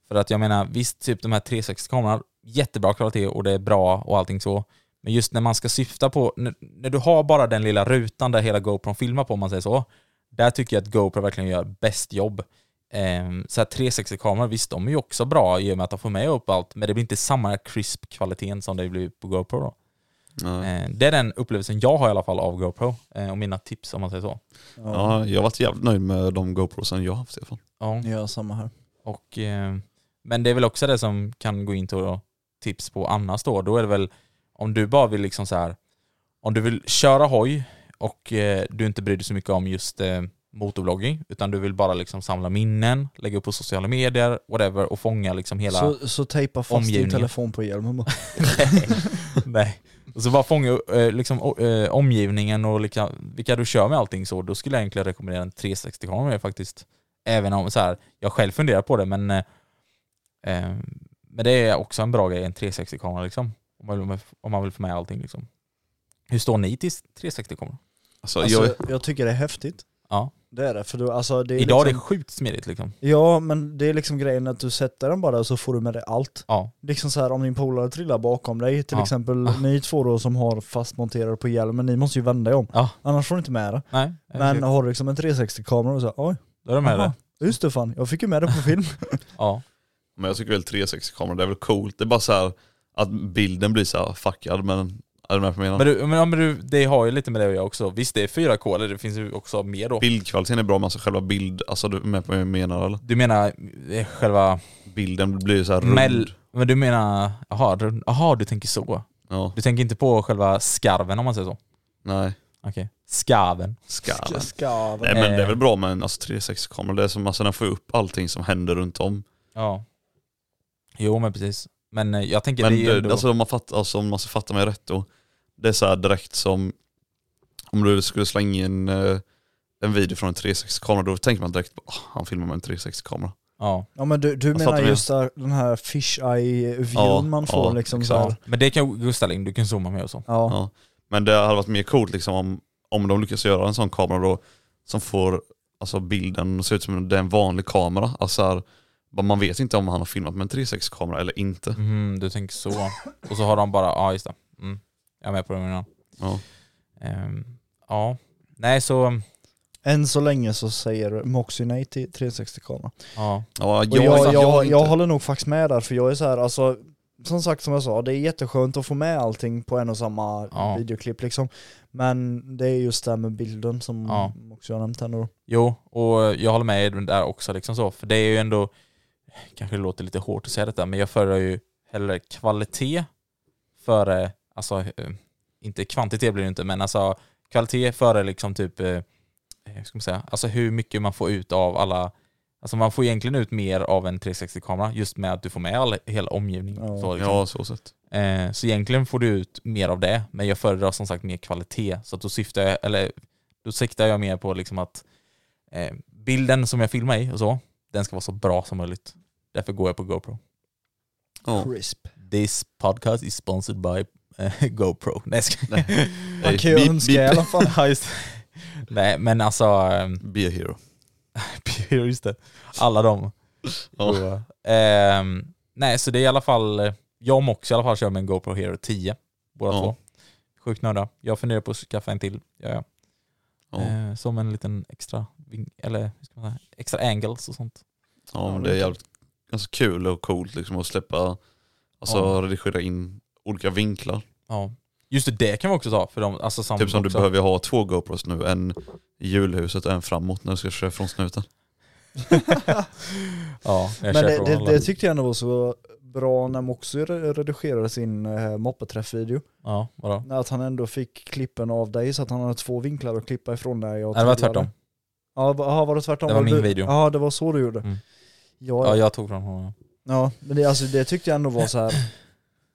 Speaker 4: För att jag menar visst, typ de här 360-kamerorna, jättebra kvalitet och det är bra och allting så. Men just när man ska syfta på, när, när du har bara den lilla rutan där hela GoPro filmar på om man säger så. Där tycker jag att GoPro verkligen gör bäst jobb. Ehm, så här 360-kameror, visst de är ju också bra i och med att de får med upp allt, men det blir inte samma crisp-kvaliteten som det blir på GoPro då.
Speaker 2: Nej.
Speaker 4: Eh, Det är den upplevelsen jag har i alla fall av GoPro eh, och mina tips om man säger så.
Speaker 2: Ja, jag har varit jävligt nöjd med de GoProsen jag har haft i alla fall.
Speaker 4: Ja.
Speaker 3: Jag gör samma här.
Speaker 4: Och, eh, men det är väl också det som kan gå in till då, tips på annars då. Då är det väl om du bara vill liksom så här, om du vill köra hoj och eh, du inte bryr dig så mycket om just eh, motorvlogging utan du vill bara liksom samla minnen, lägga upp på sociala medier, whatever och fånga liksom hela...
Speaker 3: Så, så tejpa fast din
Speaker 4: omgivningen.
Speaker 3: telefon på hjälmen bara.
Speaker 4: Nej. Och så bara fånga eh, liksom, o- eh, omgivningen och lika, vilka du kör med allting så, då skulle jag egentligen rekommendera en 360-kamera faktiskt. Även om så här, jag själv funderar på det men eh, eh, men det är också en bra grej, en 360-kamera liksom. Om man, vill, om man vill få med allting liksom. Hur står ni till 360-kameror?
Speaker 2: Alltså,
Speaker 3: Alltså,
Speaker 2: jag,
Speaker 3: jag tycker det är häftigt.
Speaker 4: Ja.
Speaker 3: Det är det, för du, alltså, det är
Speaker 4: Idag är det
Speaker 3: liksom,
Speaker 4: sjukt smidigt liksom.
Speaker 3: Ja men det är liksom grejen att du sätter den bara och så får du med dig allt.
Speaker 4: Ja.
Speaker 3: Liksom så här om din polare trillar bakom dig till
Speaker 4: Ja.
Speaker 3: exempel,
Speaker 4: Ah.
Speaker 3: ni två då som har fastmonterade på hjälmen, ni måste ju vända er om.
Speaker 4: Ja.
Speaker 3: Annars får du inte med det.
Speaker 4: Nej,
Speaker 3: Men
Speaker 4: exakt.
Speaker 3: har du liksom en 360-kamera och så, oj,
Speaker 4: då är de med
Speaker 3: aha,
Speaker 4: det.
Speaker 3: just det fan, jag fick ju med det på film.
Speaker 4: Ja.
Speaker 2: men jag tycker väl 360-kameror, det är väl coolt. Det är bara så här att bilden blir så här fuckad men, är du med på vad jag menar?
Speaker 4: Men, du, men, ja, men du, det har ju lite med det att göra också. Visst det är 4K, eller det finns ju också mer då.
Speaker 2: Bildkvaliteten är bra men alltså själva bild, alltså du är med på vad jag menar eller?
Speaker 4: Du menar eh, själva
Speaker 2: Bilden blir så här rund.
Speaker 4: Mel, men du menar, jaha, rund- jaha du tänker så?
Speaker 2: Ja,
Speaker 4: Du tänker inte på själva skarven om man säger så?
Speaker 2: nej.
Speaker 4: Okej. Skarven.
Speaker 2: Skallen.
Speaker 3: Skaven.
Speaker 2: Nej men
Speaker 4: Eh.
Speaker 2: det är väl bra med en alltså, 360-kamera, det är som, alltså den får ju upp allting som händer runt om.
Speaker 4: Ja. Jo men precis. Men eh, jag tänker
Speaker 2: Men
Speaker 4: det är ju
Speaker 2: det,
Speaker 4: ändå,
Speaker 2: alltså, om man fattar, alltså om man ska fatta mig rätt då, det är så här direkt som om du skulle slänga in eh, en video från en 360-kamera, då tänker man direkt "Åh, han filmar med en 360-kamera.
Speaker 4: ja.
Speaker 3: Ja men du, du
Speaker 2: Jag
Speaker 3: menar
Speaker 2: fattar vad
Speaker 3: just där, den här fish eye vyn
Speaker 2: Ja,
Speaker 3: man får
Speaker 2: ja,
Speaker 3: liksom
Speaker 2: exakt.
Speaker 3: så här.
Speaker 4: Men det kan Gustav in, du kan zooma med och så.
Speaker 3: Ja.
Speaker 2: Ja. Men det hade varit mer coolt liksom, om, om de lyckas göra en sån kamera då som får alltså bilden ser ut som en, det är en vanlig kamera. Alltså så här, bara man vet inte om han har filmat med en 360-kamera eller inte.
Speaker 4: Mm, du tänker så. Och så har de bara, ja just det. Mm. Jag är med på det innan.
Speaker 2: Ja.
Speaker 4: Ehm, ja. Nej så,
Speaker 3: Än så länge så säger Moxie nej till 360-kamera.
Speaker 4: ja.
Speaker 2: Ja,
Speaker 3: Och jag, jag, jag,
Speaker 2: inte-
Speaker 3: håller nog faktiskt med där, för jag är så här, alltså som sagt som jag sa, det är jätteskönt att få med allting på en och samma
Speaker 4: Ja.
Speaker 3: videoklipp liksom. Men det är just det här med bilden som
Speaker 4: Ja.
Speaker 3: också jag har nämnt här nu då.
Speaker 4: Jo, och jag håller med er där också liksom så. För det är ju ändå, kanske det låter lite hårt att säga detta, men jag föredrar ju hellre kvalitet före, alltså eh, inte kvantitet blir det inte, men alltså kvalitet före liksom typ, eh, eh, ska man säga, alltså hur mycket man får ut av alla, alltså man får egentligen ut mer av en 360-kamera just med att du får med all, hela omgivningen.
Speaker 3: Ja.
Speaker 4: Så, liksom.
Speaker 2: Ja, så sett.
Speaker 4: Eh, Så egentligen får du ut mer av det, men jag föredrar som sagt mer kvalitet. Så att då, syftar jag, eller, då siktar jag mer på liksom att eh, bilden som jag filmar i och så, den ska vara så bra som möjligt. Därför går jag på GoPro.
Speaker 2: Ja.
Speaker 3: Crisp.
Speaker 4: This podcast is sponsored by eh, GoPro. Nej, jag ska...
Speaker 2: Nej.
Speaker 3: Man kan ju önska i alla fall.
Speaker 4: Ja, just det. Nej, men alltså, eh,
Speaker 2: Be a hero.
Speaker 4: just det. Alla de.
Speaker 3: Mm.
Speaker 2: Ja.
Speaker 4: Och, ehm, nej, så det är i alla fall, eh, jag och Mox i alla fall kör med en GoPro Hero 10. Båda
Speaker 2: Ja.
Speaker 4: två. Sjukt nörda. Jag funderar på att skaffa en till. Ja, ja.
Speaker 2: Ja.
Speaker 4: Eh, som en liten extra, ving- eller hur ska man säga, extra angles och sånt.
Speaker 2: Ja, men det är jävligt ganska kul och coolt liksom att släppa, alltså
Speaker 4: Ja.
Speaker 2: redigera in olika vinklar.
Speaker 4: Ja. Just det, det kan vi också ta. För de, alltså, som
Speaker 2: Typ som du
Speaker 4: också,
Speaker 2: behöver ha två GoPros nu, en i julhuset och en framåt när du ska köra från snuten.
Speaker 4: Ja, jag
Speaker 3: Men
Speaker 4: kör
Speaker 3: det,
Speaker 4: från
Speaker 3: det,
Speaker 4: alla.
Speaker 3: det tyckte jag ändå var så bra när Moxie re- redigerade sin eh, moppeträff-video.
Speaker 4: Ja, vadå?
Speaker 3: Att han ändå fick klippen av dig så att han hade två vinklar att klippa ifrån när jag
Speaker 4: Nej, det var
Speaker 3: tidigare.
Speaker 4: tvärtom.
Speaker 3: Ja, va- aha, var det tvärtom?
Speaker 4: Det var min
Speaker 3: du-
Speaker 4: video.
Speaker 3: Ja, det var så du gjorde.
Speaker 4: Mm.
Speaker 3: Ja,
Speaker 4: Ja,
Speaker 3: ja.
Speaker 4: jag tog från honom.
Speaker 3: men det, alltså, det tyckte jag ändå var så här.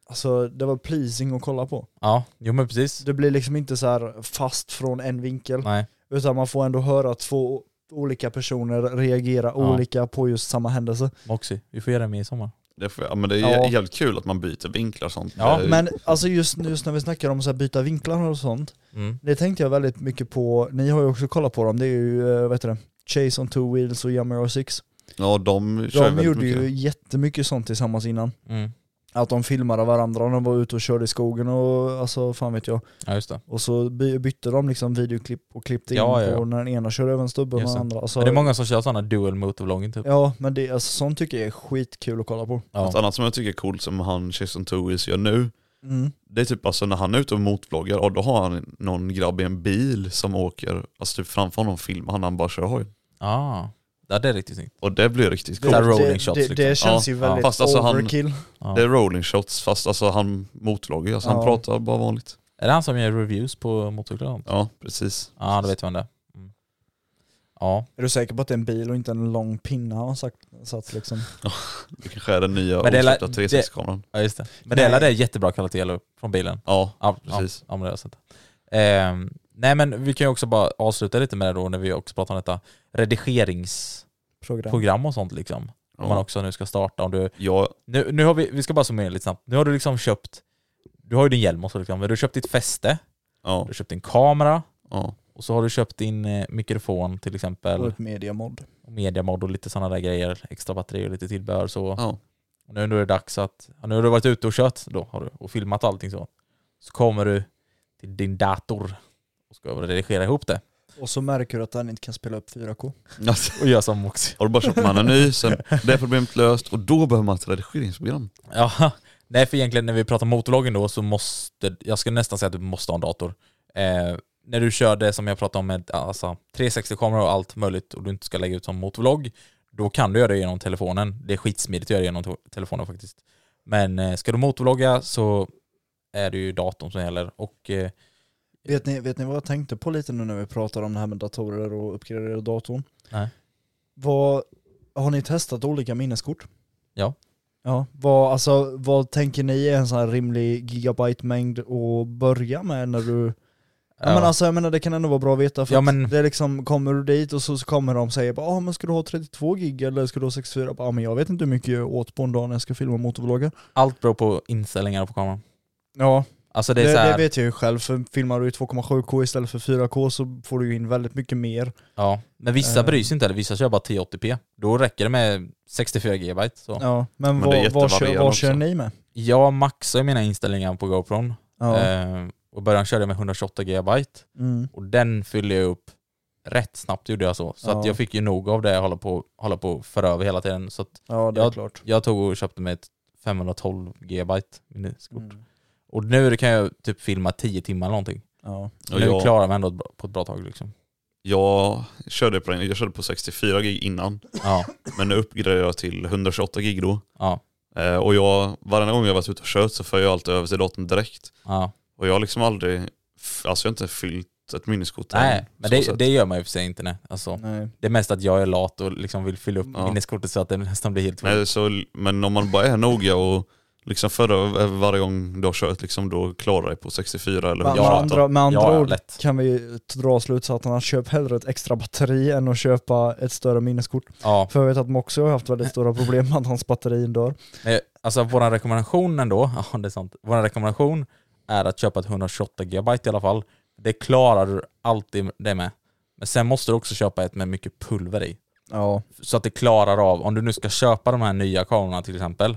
Speaker 3: Alltså det var pleasing att kolla på.
Speaker 4: Ja, jo men precis.
Speaker 3: Det blir liksom inte så här fast från en vinkel,
Speaker 4: Nej,
Speaker 3: utan man får ändå höra två olika personer reagera
Speaker 4: Ja.
Speaker 3: olika på just samma händelse.
Speaker 4: Moxie, vi får göra det med i sommar.
Speaker 2: Det, får, ja, men det är
Speaker 3: Ja.
Speaker 2: jävligt kul att man byter vinklar och sånt.
Speaker 4: Ja,
Speaker 2: Det är-
Speaker 3: Men alltså just, just när vi snackar om så här byta vinklar och sånt,
Speaker 4: Mm.
Speaker 3: det tänkte jag väldigt mycket på, ni har ju också kollat på dem, det är ju, eh, vad heter det, Chase on two wheels och Yammer 6.
Speaker 2: ja de kör
Speaker 3: De
Speaker 2: väldigt
Speaker 3: gjorde
Speaker 2: mycket.
Speaker 3: ju jättemycket sånt tillsammans innan.
Speaker 4: Mm.
Speaker 3: Att de filmade varandra när de var ute och körde i skogen och alltså fan vet jag.
Speaker 4: Ja, just det.
Speaker 3: Och så by- bytte de liksom videoklipp och klippte in
Speaker 4: Ja, ja, ja.
Speaker 3: på när den ena körde över en stubbe och den
Speaker 4: Just det.
Speaker 3: andra. Alltså,
Speaker 4: Men det är många som kör sådana dual motorvlogging typ.
Speaker 3: Ja men det, alltså, sånt tycker jag är skitkul att kolla på.
Speaker 4: Ja.
Speaker 2: Något annat som jag tycker är coolt som han Jason Tewis gör nu,
Speaker 3: Mm.
Speaker 2: det är typ alltså när han är ute och motvloggar och då har han någon grabb i en bil som åker, alltså typ framför honom filmar han när han bara kör hoj.
Speaker 4: Ah. Ja, det är riktigt snyggt.
Speaker 2: Och det blir riktigt
Speaker 4: Det
Speaker 2: coolt.
Speaker 4: där rolling shots,
Speaker 3: det, det
Speaker 4: liksom.
Speaker 3: känns
Speaker 2: Ja,
Speaker 3: ju
Speaker 4: ja.
Speaker 3: väldigt
Speaker 2: Fast alltså han-
Speaker 3: overkill.
Speaker 4: Ja.
Speaker 2: Det är rolling shots fast alltså han motvloggar, alltså
Speaker 3: Ja.
Speaker 2: han pratar bara vanligt.
Speaker 4: Är det han som gör reviews på motorcyklar? Ja,
Speaker 2: Ja, precis.
Speaker 4: ah, då vet jag vem det är. Mm. Ja,
Speaker 3: Är du säker på att det är en bil och inte en lång pinne han har sagt, satt liksom?
Speaker 2: Det kanske är den nya
Speaker 4: Men det är la-
Speaker 2: osläppta 360-kameran.
Speaker 4: ja, just det. Men det
Speaker 3: Nej.
Speaker 4: är det är jättebra kvalitet eller, från bilen.
Speaker 2: Ja,
Speaker 4: Ja,
Speaker 2: Precis.
Speaker 4: Ja, ja, men det har jag sett. Ehm, nej men vi kan ju också bara avsluta lite med det då när vi också pratar om detta redigeringsprogram
Speaker 3: Program.
Speaker 4: och sånt liksom. Om man
Speaker 2: ja.
Speaker 4: också nu ska starta. Om du,
Speaker 2: Jag,
Speaker 4: nu, nu har vi, vi ska bara summera lite snabbt. Nu har du liksom köpt, du har ju din hjälm och så liksom, men du har köpt ditt fäste, du
Speaker 2: ja,
Speaker 4: har köpt din kamera
Speaker 2: ja.
Speaker 4: och så har du köpt din eh, mikrofon till
Speaker 3: Och
Speaker 4: exempel,
Speaker 3: ett mediamod.
Speaker 4: och mediamod och lite sådana där grejer, extra batteri och lite tillbehör så.
Speaker 2: ja.
Speaker 4: Och nu, nu är det dags att, ja, nu har du varit ute och kört då har du, och filmat allting så. Så kommer du till din dator och ska redigera ihop det.
Speaker 3: Och så märker du att han inte kan spela upp 4K.
Speaker 2: Alltså,
Speaker 4: Och gör som Moxie.
Speaker 2: har du bara köpt man en ny, sen det är problemet löst och då behöver man ett redigeringsprogram.
Speaker 4: Ja, nej för egentligen när vi pratar motorloggen då så måste, jag skulle nästan säga att du måste ha en dator. Eh, när du kör det som jag pratade om med alltså, 360-kamera och allt möjligt och du inte ska lägga ut som motorvlogg, då kan du göra det genom telefonen. Det är skitsmidigt att göra det genom to- telefonen faktiskt. Men eh, ska du motorvlogga så är det ju datorn som gäller och eh,
Speaker 3: Vet ni, vet ni vad jag tänkte på lite nu när vi pratar om det här med datorer och uppgradera datorn?
Speaker 4: Nej.
Speaker 3: Vad, har ni testat olika minneskort?
Speaker 4: Ja.
Speaker 3: Ja, vad, alltså, vad tänker ni är en sån här rimlig gigabyte-mängd att börja med när du... Ja. men alltså jag menar det kan ändå vara bra att veta för
Speaker 4: Ja,
Speaker 3: att
Speaker 4: men-
Speaker 3: det är liksom, kommer du dit och så, så kommer de och säger bara, ah, men ska du ha 32 gig eller ska du ha 64? Ja ah, men jag vet inte hur mycket jag åt på en dag när jag ska filma motorvloggar.
Speaker 4: Allt beror på inställningar på kameran.
Speaker 3: Ja,
Speaker 4: Alltså det
Speaker 3: Det,
Speaker 4: är så
Speaker 3: det
Speaker 4: här,
Speaker 3: vet jag ju själv, för filmar du i 2,7K istället för 4K så får du ju in väldigt mycket mer.
Speaker 4: ja. Men vissa
Speaker 3: Eh.
Speaker 4: bryr sig inte, eller vissa kör bara 1080p. Då räcker det med 64 GB. Så. Ja.
Speaker 3: Ja, men,
Speaker 2: Men det är
Speaker 3: vad, vad, kör,
Speaker 2: jättevarierande
Speaker 3: vad kör
Speaker 2: också.
Speaker 3: ni med?
Speaker 4: Jag maxar ju mina inställningar på GoPron.
Speaker 3: Ja.
Speaker 4: Eh, och i början körde jag med 128 GB.
Speaker 3: Mm.
Speaker 4: Och den fyllde jag upp rätt snabbt gjorde jag så. Så
Speaker 3: Ja.
Speaker 4: att jag fick ju nog av det jag håller på, håller på att föra över hela tiden. Så att
Speaker 3: ja det är
Speaker 4: jag,
Speaker 3: klart.
Speaker 4: jag tog och köpte mig ett 512 GB minneskort.
Speaker 3: Mm.
Speaker 4: Och nu kan jag typ filma 10 timmar eller någonting.
Speaker 3: Ja.
Speaker 2: Och
Speaker 4: nu
Speaker 2: jag,
Speaker 4: klarar jag mig ändå ett bra- på ett bra tag liksom.
Speaker 2: jag, körde på, den- jag körde på 64 gig innan,
Speaker 4: Ja,
Speaker 2: men nu uppgraderade jag till 128 gig då.
Speaker 4: ja,
Speaker 2: Eh, och jag, varenda gång jag varit ute och kört så för jag alltid över till datorn direkt.
Speaker 4: ja.
Speaker 2: Och jag har liksom aldrig, f- alltså jag har inte fyllt ett minneskort
Speaker 4: Nej,
Speaker 2: än,
Speaker 4: men
Speaker 2: så
Speaker 4: det,
Speaker 2: sett.
Speaker 4: det gör man ju för sig inte. Nej. Alltså,
Speaker 3: Nej.
Speaker 4: det är mest att jag är lat och liksom vill fylla upp
Speaker 2: Ja.
Speaker 4: minneskortet så att det nästan blir helt tomt.
Speaker 2: Nej, så, men om man bara är noga och liksom förra, varje gång du har kört liksom, då klarar du på 64 eller
Speaker 3: Med, med
Speaker 2: 128.
Speaker 3: andra, med andra
Speaker 4: Ja, ja,
Speaker 3: ord
Speaker 4: lätt.
Speaker 3: kan vi dra slutsatsen att köp hellre ett extra batteri än att köpa ett större minneskort.
Speaker 4: Ja,
Speaker 3: För jag vet att Moxie har haft väldigt stora problem med att hans batteri dör.
Speaker 4: men, alltså vår rekommendation ändå, ja det är sant, vår rekommendation är att köpa ett 128 GB i alla fall. Det klarar du alltid det med. Men sen måste du också köpa ett med mycket pulver i.
Speaker 3: Ja.
Speaker 4: så att det klarar av, om du nu ska köpa de här nya kamerorna till exempel,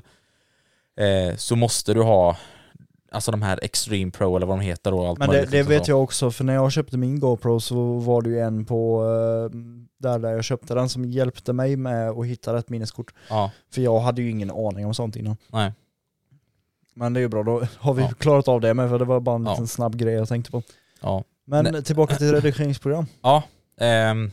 Speaker 4: eh, så måste du ha alltså de här Extreme Pro eller vad de heter då. Allt
Speaker 3: Men det,
Speaker 4: möjligt
Speaker 3: det
Speaker 4: liksom
Speaker 3: vet
Speaker 4: så.
Speaker 3: jag också, för när jag köpte min GoPro så var det ju en på eh, där, där jag köpte den som hjälpte mig med att hitta rätt minneskort.
Speaker 4: Ja,
Speaker 3: För jag hade ju ingen aning om sånt innan.
Speaker 4: nej.
Speaker 3: Men det är ju bra, då har vi
Speaker 4: Ja.
Speaker 3: klarat av det med för det var bara en
Speaker 4: Ja.
Speaker 3: liten snabb grej jag tänkte på.
Speaker 4: Ja.
Speaker 3: Men
Speaker 4: Nej.
Speaker 3: tillbaka till redigeringsprogram.
Speaker 4: Ehm,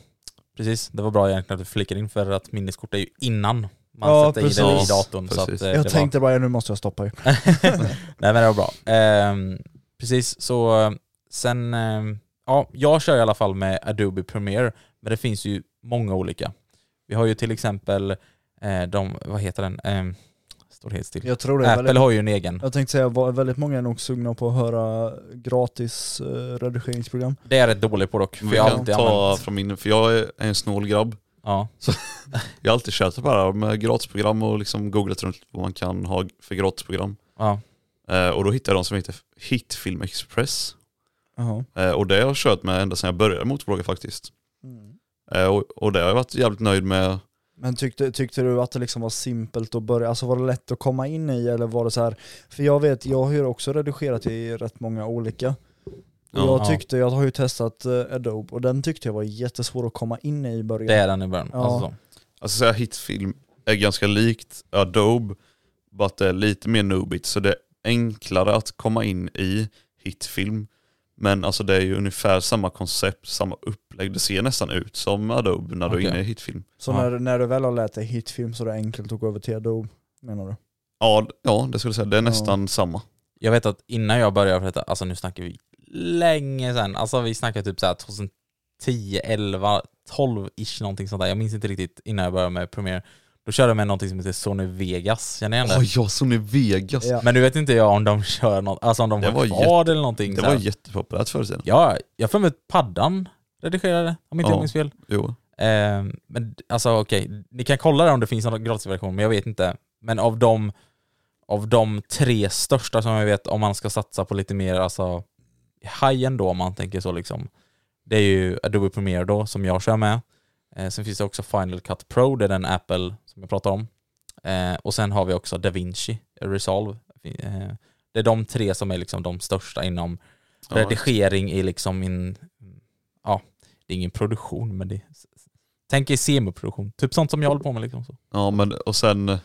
Speaker 4: precis, det var bra egentligen att du flickade in för att minneskort är ju innan man
Speaker 3: Ja,
Speaker 4: sätter i det i
Speaker 3: precis.
Speaker 4: datorn. Så
Speaker 2: Precis.
Speaker 4: att, eh, det
Speaker 3: Jag
Speaker 4: var-
Speaker 3: tänkte bara, nu måste jag stoppa ju.
Speaker 4: Nej men det var bra. Ehm, precis, så eh, sen, ehm, ja, jag kör i alla fall med Adobe Premiere, men det finns ju många olika. Vi har ju till exempel, eh, de, vad heter den, Ehm, står helt still.
Speaker 3: Jag tror det är
Speaker 4: Apple
Speaker 3: väldigt,
Speaker 4: har ju en egen.
Speaker 3: jag tänkte säga, vad- väldigt många är nog sugna på att höra gratis eh, redigeringsprogram.
Speaker 4: Det är jag rätt dålig på dock, för
Speaker 2: Vi
Speaker 4: jag har
Speaker 2: kan
Speaker 4: alltid
Speaker 2: ta
Speaker 4: använt.
Speaker 2: från min, för jag är en snål grabb.
Speaker 4: Ja,
Speaker 2: Jag har alltid kört bara med gratisprogram och liksom googlat runt vad man kan ha för gratisprogram.
Speaker 4: ja,
Speaker 2: Eh, och då hittade jag de som heter Hit Film Express.
Speaker 3: Jaha.
Speaker 2: Eh, och det har jag kört med ända sedan jag började motorbloga faktiskt.
Speaker 4: Mm.
Speaker 2: Eh, och, och det har jag varit jävligt nöjd med.
Speaker 3: Men tyckte, tyckte du att det liksom var simpelt att börja, alltså var det lätt att komma in i eller var det så här? För jag vet, jag har ju också redigerat i rätt många olika. Och
Speaker 2: Ja.
Speaker 3: jag tyckte, jag har ju testat eh, Adobe och den tyckte jag var jättesvår att komma in i i början.
Speaker 4: det är den i början.
Speaker 3: Ja.
Speaker 4: Alltså så.
Speaker 2: Alltså så här, Hit Film är ganska likt Adobe, bara att det är lite mer noobigt. Så det är enklare att komma in i Hit Film. Men alltså det är ju ungefär samma koncept, samma upplägg. Det ser nästan ut som Adobe när du
Speaker 4: Okej.
Speaker 2: är inne i Hit Film.
Speaker 3: Så
Speaker 4: Ja.
Speaker 3: när, när du väl har lärt dig hitfilm så är det enkelt att gå över till Adobe, menar du?
Speaker 2: Ja, ja det skulle jag säga. Det är nästan samma.
Speaker 4: Jag vet att innan jag började för detta, alltså nu snackar vi länge sedan, alltså vi snackar typ såhär 2010, 11, 12 ish någonting sånt där. Jag minns inte riktigt innan jag började med Premiere. Då körde jag med någonting som heter Sony Vegas, känner ni igen det?
Speaker 2: Åh ja, Sony Vegas.
Speaker 3: Ja.
Speaker 4: Men nu vet inte jag om de kör något, alltså om de
Speaker 2: Det
Speaker 4: har
Speaker 2: var
Speaker 4: kvar det eller någonting.
Speaker 2: Det
Speaker 4: så här.
Speaker 2: var jättepopulärt förr i tiden.
Speaker 4: ja, jag har för mig att Paddan redigerade, om inte jag
Speaker 2: Ja.
Speaker 4: minns fel.
Speaker 2: Jo.
Speaker 4: Eh, men d- alltså okej, ni kan kolla där om det finns någon gratisversion, men jag vet inte. Men av de, av de tre största som jag vet, om man ska satsa på lite mer alltså, high-end då, om man tänker så liksom. Det är ju Adobe Premiere då, som jag kör med. Eh, sen finns det också Final Cut Pro, det är den Apple som jag pratar om. Eh, och sen har vi också DaVinci Resolve. Eh, det är de tre som är liksom de största inom
Speaker 2: Ja,
Speaker 4: redigering är liksom min, ja, det är ingen produktion men det Tänk i semiproduktion, typ sånt som jag håller på med liksom. Så.
Speaker 2: Ja men och sen eh,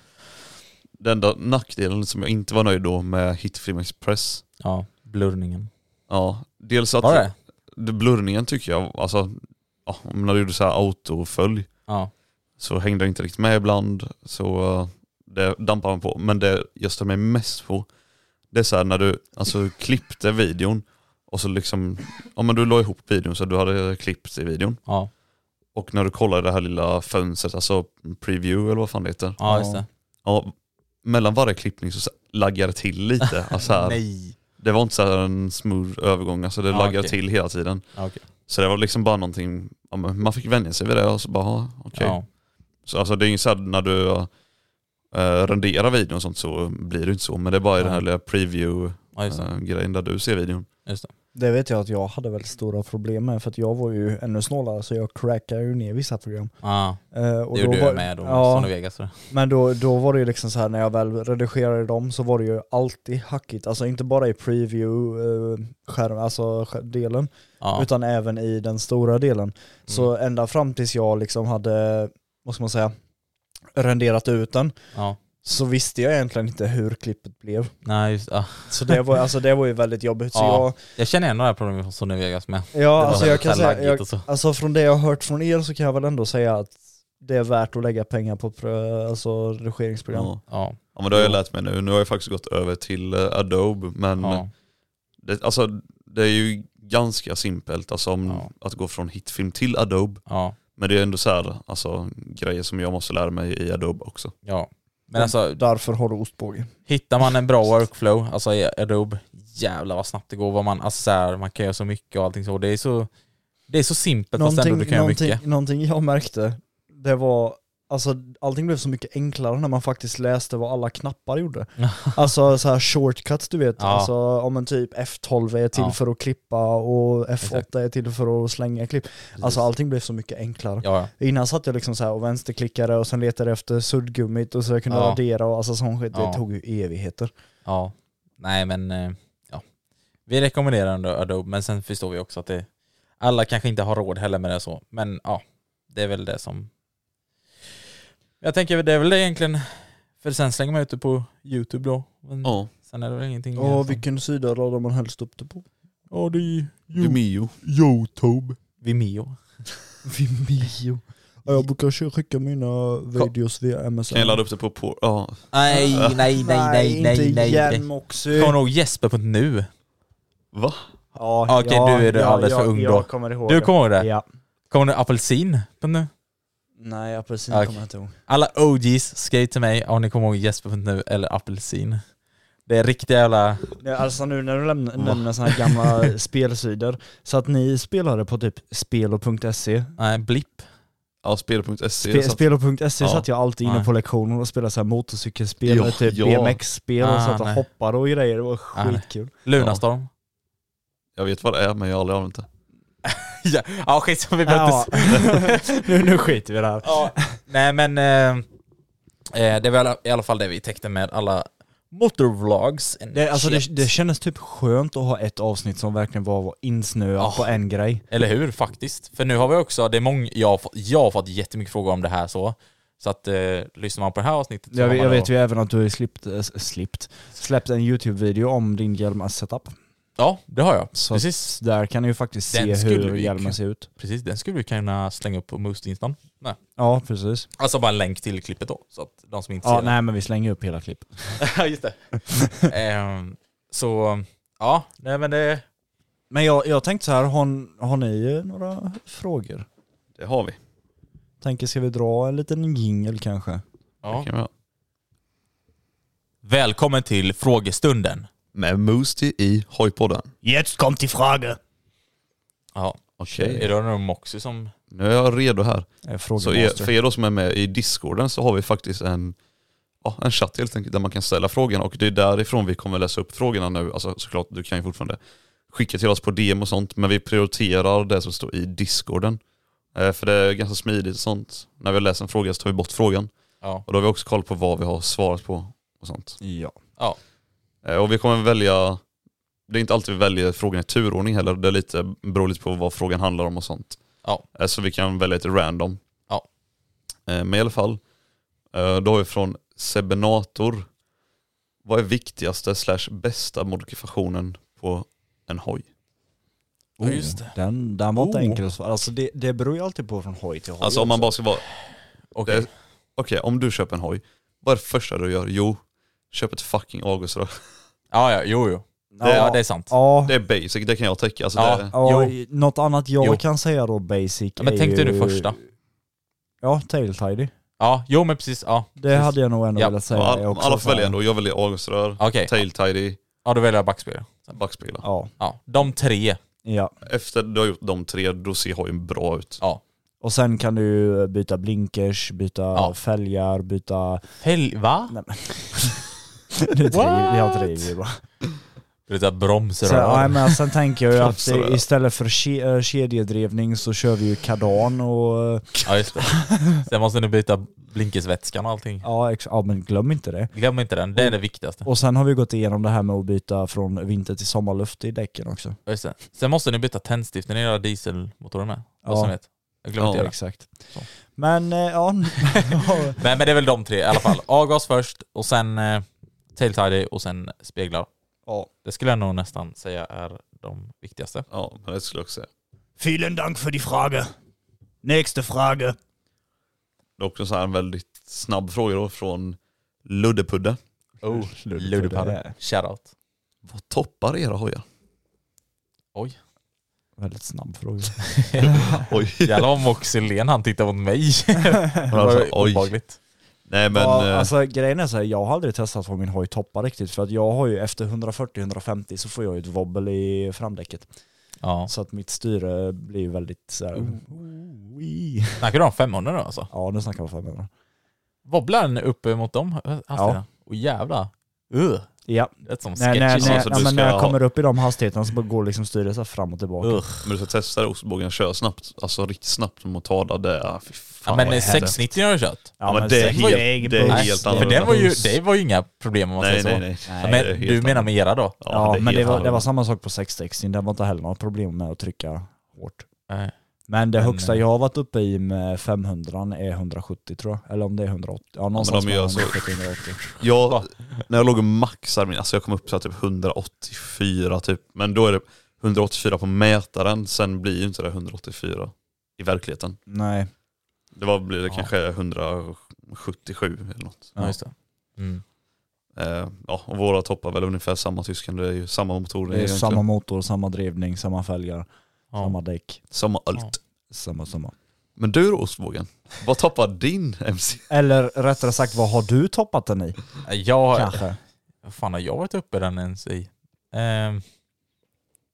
Speaker 2: den enda nackdelen som jag inte var nöjd då med Hitfilm Express.
Speaker 4: Ja, blurrningen.
Speaker 2: Ja, typ. dels att
Speaker 4: Var det?
Speaker 2: det- blurrningen tycker jag, alltså ja, om när du gjorde så här autofölj
Speaker 4: Ja,
Speaker 2: så hängde jag inte riktigt med ibland så eh, det dampar man på. Men det jag stör mig mest på det är så här när du alltså klippte videon och så liksom, ja men du la ihop videon så du hade klippt i videon.
Speaker 4: ja,
Speaker 2: Och när du kollar i det här lilla fönstret, alltså preview eller vad fan det heter.
Speaker 4: ja just det.
Speaker 2: Ja, mellan varje klippning så laggar det till lite. Alltså här,
Speaker 4: Nej.
Speaker 2: det var inte så här en smooth övergång, alltså det
Speaker 4: Ja,
Speaker 2: laggar
Speaker 4: okej.
Speaker 2: till hela tiden.
Speaker 4: Ja, okej.
Speaker 2: Så det var liksom bara någonting, ja, men man fick vänja sig vid det och så bara, ja, okej.
Speaker 4: Ja,
Speaker 2: Så alltså det är ju så här när du eh, renderar videon och sånt så blir det inte så, men det är bara i den här
Speaker 4: Ja.
Speaker 2: lilla preview
Speaker 4: Ja, just det.
Speaker 2: eh, grejen där du ser videon.
Speaker 4: Just det.
Speaker 3: Det vet jag att jag hade väldigt stora problem med för att jag var ju ännu snålare så jag crackade ju ner vissa program.
Speaker 4: Ah,
Speaker 3: Eh, och
Speaker 4: det gjorde
Speaker 3: då var-
Speaker 4: jag med då,
Speaker 3: Ja,
Speaker 4: Sony Vegas. tror jag.
Speaker 3: men då, då var det ju liksom så här när jag väl redigerade dem så var det ju alltid hackigt. Alltså inte bara i preview eh, skärm, alltså sk- delen
Speaker 4: Ja. Mm.
Speaker 3: utan även i den stora delen. Så ända fram tills jag liksom hade, vad ska man säga, renderat ut den
Speaker 4: ja.
Speaker 3: så visste jag egentligen inte hur klippet blev.
Speaker 4: Nej, just ah.
Speaker 3: Så det var, alltså, det var ju väldigt jobbigt. Så
Speaker 4: Ja.
Speaker 3: jag,
Speaker 4: Jag känner igen några problem från Sony Vegas med.
Speaker 3: Ja, alltså
Speaker 4: så
Speaker 3: jag kan
Speaker 4: här
Speaker 3: säga,
Speaker 4: laggigt
Speaker 3: jag,
Speaker 4: och så.
Speaker 3: alltså från det jag har hört från er så kan jag väl ändå säga att det är värt att lägga pengar på pro- alltså, redigeringsprogram.
Speaker 2: Ja.
Speaker 4: Ja.
Speaker 2: ja men det har jag
Speaker 4: Jo.
Speaker 2: lärt mig nu. Nu har jag faktiskt gått över till eh, Adobe men
Speaker 4: ja.
Speaker 2: det, alltså, det är ju ganska simpelt alltså, om, att gå från hitfilm till Adobe.
Speaker 4: ja.
Speaker 2: Men det är ändå så här, alltså, grejer som jag måste lära mig i Adobe också.
Speaker 4: ja. Men alltså,
Speaker 3: Därför har du ostbåge.
Speaker 4: Hittar man en bra workflow, alltså i Adobe, jävlar vad snabbt det går. Vad man, alltså så här, man kan göra så mycket och allting så. Det är så, det är så simpelt fast ändå du kan göra
Speaker 3: någonting,
Speaker 4: mycket.
Speaker 3: någonting jag märkte, det var, alltså allting blev så mycket enklare när man faktiskt läste vad alla knappar gjorde. alltså så här shortcuts du vet,
Speaker 4: Ja.
Speaker 3: alltså om en typ F12 är till
Speaker 4: Ja.
Speaker 3: för att klippa och F8
Speaker 4: Exakt.
Speaker 3: är till för att slänga klipp. Alltså allting blev så mycket enklare.
Speaker 4: Ja, ja.
Speaker 3: Innan satt jag liksom så här och vänsterklickade och sen letade efter suddgummit och så jag kunde
Speaker 4: Ja.
Speaker 3: radera och alltså sån skit. Det
Speaker 4: Ja.
Speaker 3: tog ju evigheter.
Speaker 4: ja. Nej men, eh, ja. Vi rekommenderar ändå Adobe, men sen förstår vi också att det, alla kanske inte har råd heller med det så. Men ja, det är väl det som... Jag tänker det är väl det egentligen, för sen slänger man ut det på YouTube då. Men
Speaker 2: Ja,
Speaker 4: sen är det väl ingenting.
Speaker 3: Ja,
Speaker 4: som-
Speaker 3: vilken sida radar man helst upp det på?
Speaker 4: Ja, det är ju
Speaker 2: Vimeo.
Speaker 3: Youtube.
Speaker 4: Vimeo.
Speaker 3: Vimeo. Ja, jag brukar kö- skicka mina videos via MSN.
Speaker 2: Kan jag ladda upp det på por- ja.
Speaker 4: Nej, nej, nej, nej, nej,
Speaker 3: inte
Speaker 4: nej.
Speaker 3: igen
Speaker 4: nej.
Speaker 3: Moxie.
Speaker 4: Kommer du ihåg Jesper.nu?
Speaker 2: Va?
Speaker 3: Ja,
Speaker 4: Okej, du är du alldeles för ung
Speaker 3: jag,
Speaker 4: då.
Speaker 3: Jag kommer ihåg
Speaker 4: Du kommer ihåg det?
Speaker 3: Ja.
Speaker 4: Kommer du ihåg Apelsin.nu?
Speaker 3: Nej, jag precis
Speaker 4: Okej.
Speaker 3: kommer jag inte ihåg.
Speaker 4: Alla OGs, skriv till mig om ni kommer ihåg Jesper.nu eller Apelsin. Det är riktiga jävla...
Speaker 3: Nej, Alltså nu när du lämnar, nämner sådana här gamla spelsidor, så att ni spelade på typ spelo.se
Speaker 4: Nej, blipp.
Speaker 2: Ja, spel.se.
Speaker 3: Spe,
Speaker 2: E, så att-
Speaker 3: Spelo.se
Speaker 2: Ja.
Speaker 3: satt jag alltid inne
Speaker 4: Nej.
Speaker 3: på lektioner och spelade så här motorcykelspel,
Speaker 2: Ja,
Speaker 3: eller typ
Speaker 2: ja.
Speaker 3: BMX-spel och
Speaker 4: Ah,
Speaker 3: satt och
Speaker 4: nej.
Speaker 3: hoppade och grejer, det var
Speaker 4: Ah, nej.
Speaker 3: skitkul.
Speaker 4: Lunarstorm.
Speaker 2: Jag vet vad det är men jag har aldrig använt det.
Speaker 4: Ja, ja skit som vi behöver
Speaker 3: Ja.
Speaker 4: inte... s-
Speaker 3: nu, nu skiter vi i det här.
Speaker 4: ja. Nej men... Eh, eh, det var i alla- i alla fall det vi täckte med alla motorvlogs. and
Speaker 3: Det, alltså
Speaker 4: shit.
Speaker 3: det, det kändes typ skönt att ha ett avsnitt som verkligen bara var insnöat
Speaker 4: Ja.
Speaker 3: på en grej.
Speaker 4: Eller hur, faktiskt. För nu har vi också, det är många, jag, har fått- jag har fått jättemycket frågor om det här så. Så att eh, lyssnar man på det här avsnittet så
Speaker 3: Jag,
Speaker 4: har
Speaker 3: vet-
Speaker 4: man
Speaker 3: jag
Speaker 4: då-
Speaker 3: vet ju även att du har slippt, äh, slippt, släppt en YouTube-video om din Hjalmars setup.
Speaker 4: Ja, det har jag.
Speaker 3: Så
Speaker 4: Precis.
Speaker 3: där kan du ju faktiskt
Speaker 4: Den
Speaker 3: se
Speaker 4: skulle
Speaker 3: hur
Speaker 4: vi
Speaker 3: Hjalmar
Speaker 4: kunna-
Speaker 3: ser ut.
Speaker 4: Precis, den skulle vi kunna slänga upp på Moost-instan. Nej.
Speaker 3: Ja, precis.
Speaker 4: Alltså bara en länk till klippet då, så att de som inte
Speaker 3: Ja,
Speaker 4: ser
Speaker 3: nej men vi slänger upp hela klippet.
Speaker 4: det. Ja, just det. Ehm, så, ja, nej men det...
Speaker 3: Men jag, jag tänkte så här, har, har ni eh, några frågor?
Speaker 2: Det har vi.
Speaker 3: Tänker ska vi dra en liten jingle kanske? Eh,
Speaker 4: Ja.
Speaker 2: Kan vi ha.
Speaker 4: Välkommen till frågestunden.
Speaker 2: Med Moosty i hojpodden.
Speaker 3: Jetzt kommt die Frage!
Speaker 4: Ja.
Speaker 2: Okej.
Speaker 4: Är det någon Moxie som...
Speaker 2: Nu är jag redo här. Så er,
Speaker 3: Frågemaster.
Speaker 2: för er då som är med i discorden så har vi faktiskt en, ja, en chatt helt enkelt där man kan ställa frågan och det är därifrån vi kommer läsa upp frågorna nu. Alltså såklart, du kan ju fortfarande skicka till oss på DM och sånt men vi prioriterar det som står i discorden. Eh, för det är ganska smidigt och sånt. När vi läser en fråga så tar vi bort frågan
Speaker 4: Ja.
Speaker 2: och då har vi också koll på vad vi har svarat på och sånt.
Speaker 3: Ja.
Speaker 4: Ja.
Speaker 2: Eh, och vi kommer välja, det är inte alltid vi väljer frågan i turordning heller, det är lite, beror lite på vad frågan handlar om och sånt.
Speaker 4: Ja.
Speaker 2: Eh, Så vi kan välja lite random.
Speaker 4: Ja.
Speaker 2: Eh, Men i alla fall, eh, då har vi från Sebenator. Vad är viktigaste slash bästa modifikationen på en hoj?
Speaker 4: Ja, just det.
Speaker 3: Den, den var inte
Speaker 4: Oh.
Speaker 3: enkel att svara. Alltså det, det beror ju alltid på från hoj till hoj.
Speaker 2: Alltså om man bara ska vara,
Speaker 4: Okej.
Speaker 2: det- okej om du köper en hoj, vad är det första du gör? Jo, köp ett fucking avgasrör.
Speaker 4: Ja, ja, jo, jo.
Speaker 3: Ja.
Speaker 4: ja, det är sant.
Speaker 3: Ja,
Speaker 2: Det är basic, det kan jag täcka. Alltså,
Speaker 4: Ja.
Speaker 2: det,
Speaker 3: ja
Speaker 4: Jo.
Speaker 3: något annat jag
Speaker 4: Jo.
Speaker 3: kan säga då basic
Speaker 4: Ja, men
Speaker 3: är
Speaker 4: tänk dig
Speaker 3: ju-
Speaker 4: nu första.
Speaker 3: Ja, tail tidy.
Speaker 4: Ja, jo men precis. Ja,
Speaker 3: Det
Speaker 4: precis.
Speaker 3: hade jag nog ändå
Speaker 4: Ja.
Speaker 3: velat säga.
Speaker 2: all,
Speaker 3: är också
Speaker 2: alla
Speaker 3: så
Speaker 2: får
Speaker 3: här-
Speaker 2: välja ändå, jag väljer avgasrör,
Speaker 4: Okej.
Speaker 2: tail tidy,
Speaker 4: Ja, då väljer jag backspegel.
Speaker 2: backspeglar.
Speaker 3: Ja,
Speaker 4: Ja, de tre.
Speaker 3: ja.
Speaker 2: Efter du har gjort de tre, då ser hojen bra ut.
Speaker 4: Ja.
Speaker 3: Och sen kan du ju byta blinkers, byta
Speaker 4: Ja.
Speaker 3: fälgar, byta...
Speaker 4: Fälg, va?
Speaker 3: Nej men. Nu driver- Jag
Speaker 4: What?
Speaker 3: driver ju bara.
Speaker 4: Det är såhär bromsrör.
Speaker 3: Så, ja, men sen tänker jag ju att
Speaker 2: Absolut.
Speaker 3: istället för ke eh, kedjedrivning så kör vi ju kardan och... eh,
Speaker 4: Ja just det. Sen måste ni byta blinkersvätskan och allting.
Speaker 3: Ja, ex- ja men glöm inte det.
Speaker 4: Glöm inte den, det är det viktigaste.
Speaker 3: Och sen har vi gått igenom det här med att byta från vinter till sommarluft i däcken också.
Speaker 4: Ja, just det. Sen måste ni byta tändstift när ni gör dieselmotoren med.
Speaker 3: Ja.
Speaker 4: Vad
Speaker 3: liksom.
Speaker 4: som vet. Jag glömde inte göra.
Speaker 3: exakt.
Speaker 4: Så.
Speaker 3: Men eh, ja,
Speaker 4: Nej men det är väl de tre i alla fall. Avgas först och sen eh, tailtidy och sen speglar.
Speaker 3: ja.
Speaker 4: Det skulle jag nog nästan säga är de viktigaste.
Speaker 2: Ja, men det skulle jag också säga.
Speaker 3: Vielen Dank för die Frage. Nästa fråga.
Speaker 2: Det är också så här en väldigt snabb fråga då från Luddepudde.
Speaker 4: Oh,
Speaker 3: det
Speaker 4: Ludepadden.
Speaker 3: är.
Speaker 4: Shoutout.
Speaker 2: Vad toppar era hojar?
Speaker 4: Oj.
Speaker 3: Väldigt snabb fråga.
Speaker 2: Oj.
Speaker 4: Jävlar vad Moxilén han tittar mot mig. det var
Speaker 2: Alltså, oj.
Speaker 4: obehagligt.
Speaker 2: Nej men,
Speaker 3: ja,
Speaker 2: eh,
Speaker 3: alltså grejen är så här, jag har aldrig testat vad min hoj toppar riktigt för att jag har ju efter 140-150 så får jag ju ett wobbel i framdäcket.
Speaker 4: Ja.
Speaker 3: Så att mitt styre blir ju väldigt så här, Oi.
Speaker 4: Snackar du om 500 nu alltså?
Speaker 3: Ja nu snackar vi 500.
Speaker 4: Wobblar den uppe mot dem eh, hastigheterna? Åh jävlar. Uh.
Speaker 3: Ja.
Speaker 4: Det är som
Speaker 3: Nej, nej,
Speaker 4: sketch. Alltså,
Speaker 3: nej,
Speaker 2: så
Speaker 3: nej
Speaker 2: du
Speaker 3: men
Speaker 2: ska
Speaker 3: när jag
Speaker 2: ha-
Speaker 3: kommer upp i de hastigheterna så bara går liksom styret så här fram och tillbaka.
Speaker 4: Ugh.
Speaker 2: men du ska testa det ostbågen, kör snabbt. Alltså riktigt snabbt mot Tada, det är... Fy fan
Speaker 4: Ja, men
Speaker 2: vad
Speaker 4: eh,
Speaker 2: är det?
Speaker 4: 690 har du kört?
Speaker 2: Ja, men det är
Speaker 3: sex-
Speaker 2: helt-
Speaker 3: väg
Speaker 2: det är
Speaker 3: buss.
Speaker 2: helt
Speaker 4: För
Speaker 2: annorlunda.
Speaker 4: den var ju, det var ju inga problem om man
Speaker 2: Nej,
Speaker 4: säger
Speaker 2: nej,
Speaker 4: så.
Speaker 2: nej.
Speaker 4: Ja,
Speaker 2: Det är
Speaker 4: Men
Speaker 2: helt
Speaker 4: du menar
Speaker 2: annorlunda.
Speaker 4: med era då?
Speaker 3: Ja,
Speaker 2: är
Speaker 3: men det
Speaker 2: helt
Speaker 3: var, det var
Speaker 2: annorlunda.
Speaker 3: samma sak på 660, den var inte heller något problem med att trycka hårt.
Speaker 4: Nej.
Speaker 3: Men det
Speaker 4: Men,
Speaker 3: högsta
Speaker 4: eh,
Speaker 3: jag har varit uppe i med 500 är 170 tror jag, eller om det är 180. Ja någonstans
Speaker 2: de
Speaker 3: mellan
Speaker 2: gör så.
Speaker 3: 170 och 180.
Speaker 2: Jag, när jag låg och maxade min, alltså jag kom upp så här typ 184 typ, men då är det 184 på mätaren, sen blir ju inte det 184 i verkligheten.
Speaker 3: Nej.
Speaker 2: Det var, blir det
Speaker 4: Ja.
Speaker 2: kanske 177 eller något.
Speaker 4: Ja, just det. Mm.
Speaker 2: Eh, ja, och våra toppar väl ungefär samma tysken, det är ju samma motor.
Speaker 3: Det är
Speaker 2: egentligen.
Speaker 3: samma motor, samma drivning, samma fälgar, samma
Speaker 4: Ja.
Speaker 3: däck,
Speaker 2: samma allt.
Speaker 4: Ja.
Speaker 3: samma samma.
Speaker 2: Men du då ostbågen, vad toppar din MC?
Speaker 3: Eller rättare sagt, vad har du toppat den i?
Speaker 4: Jag,
Speaker 3: Kanske.
Speaker 4: vad fan har jag varit uppe i den ens i? Ehm,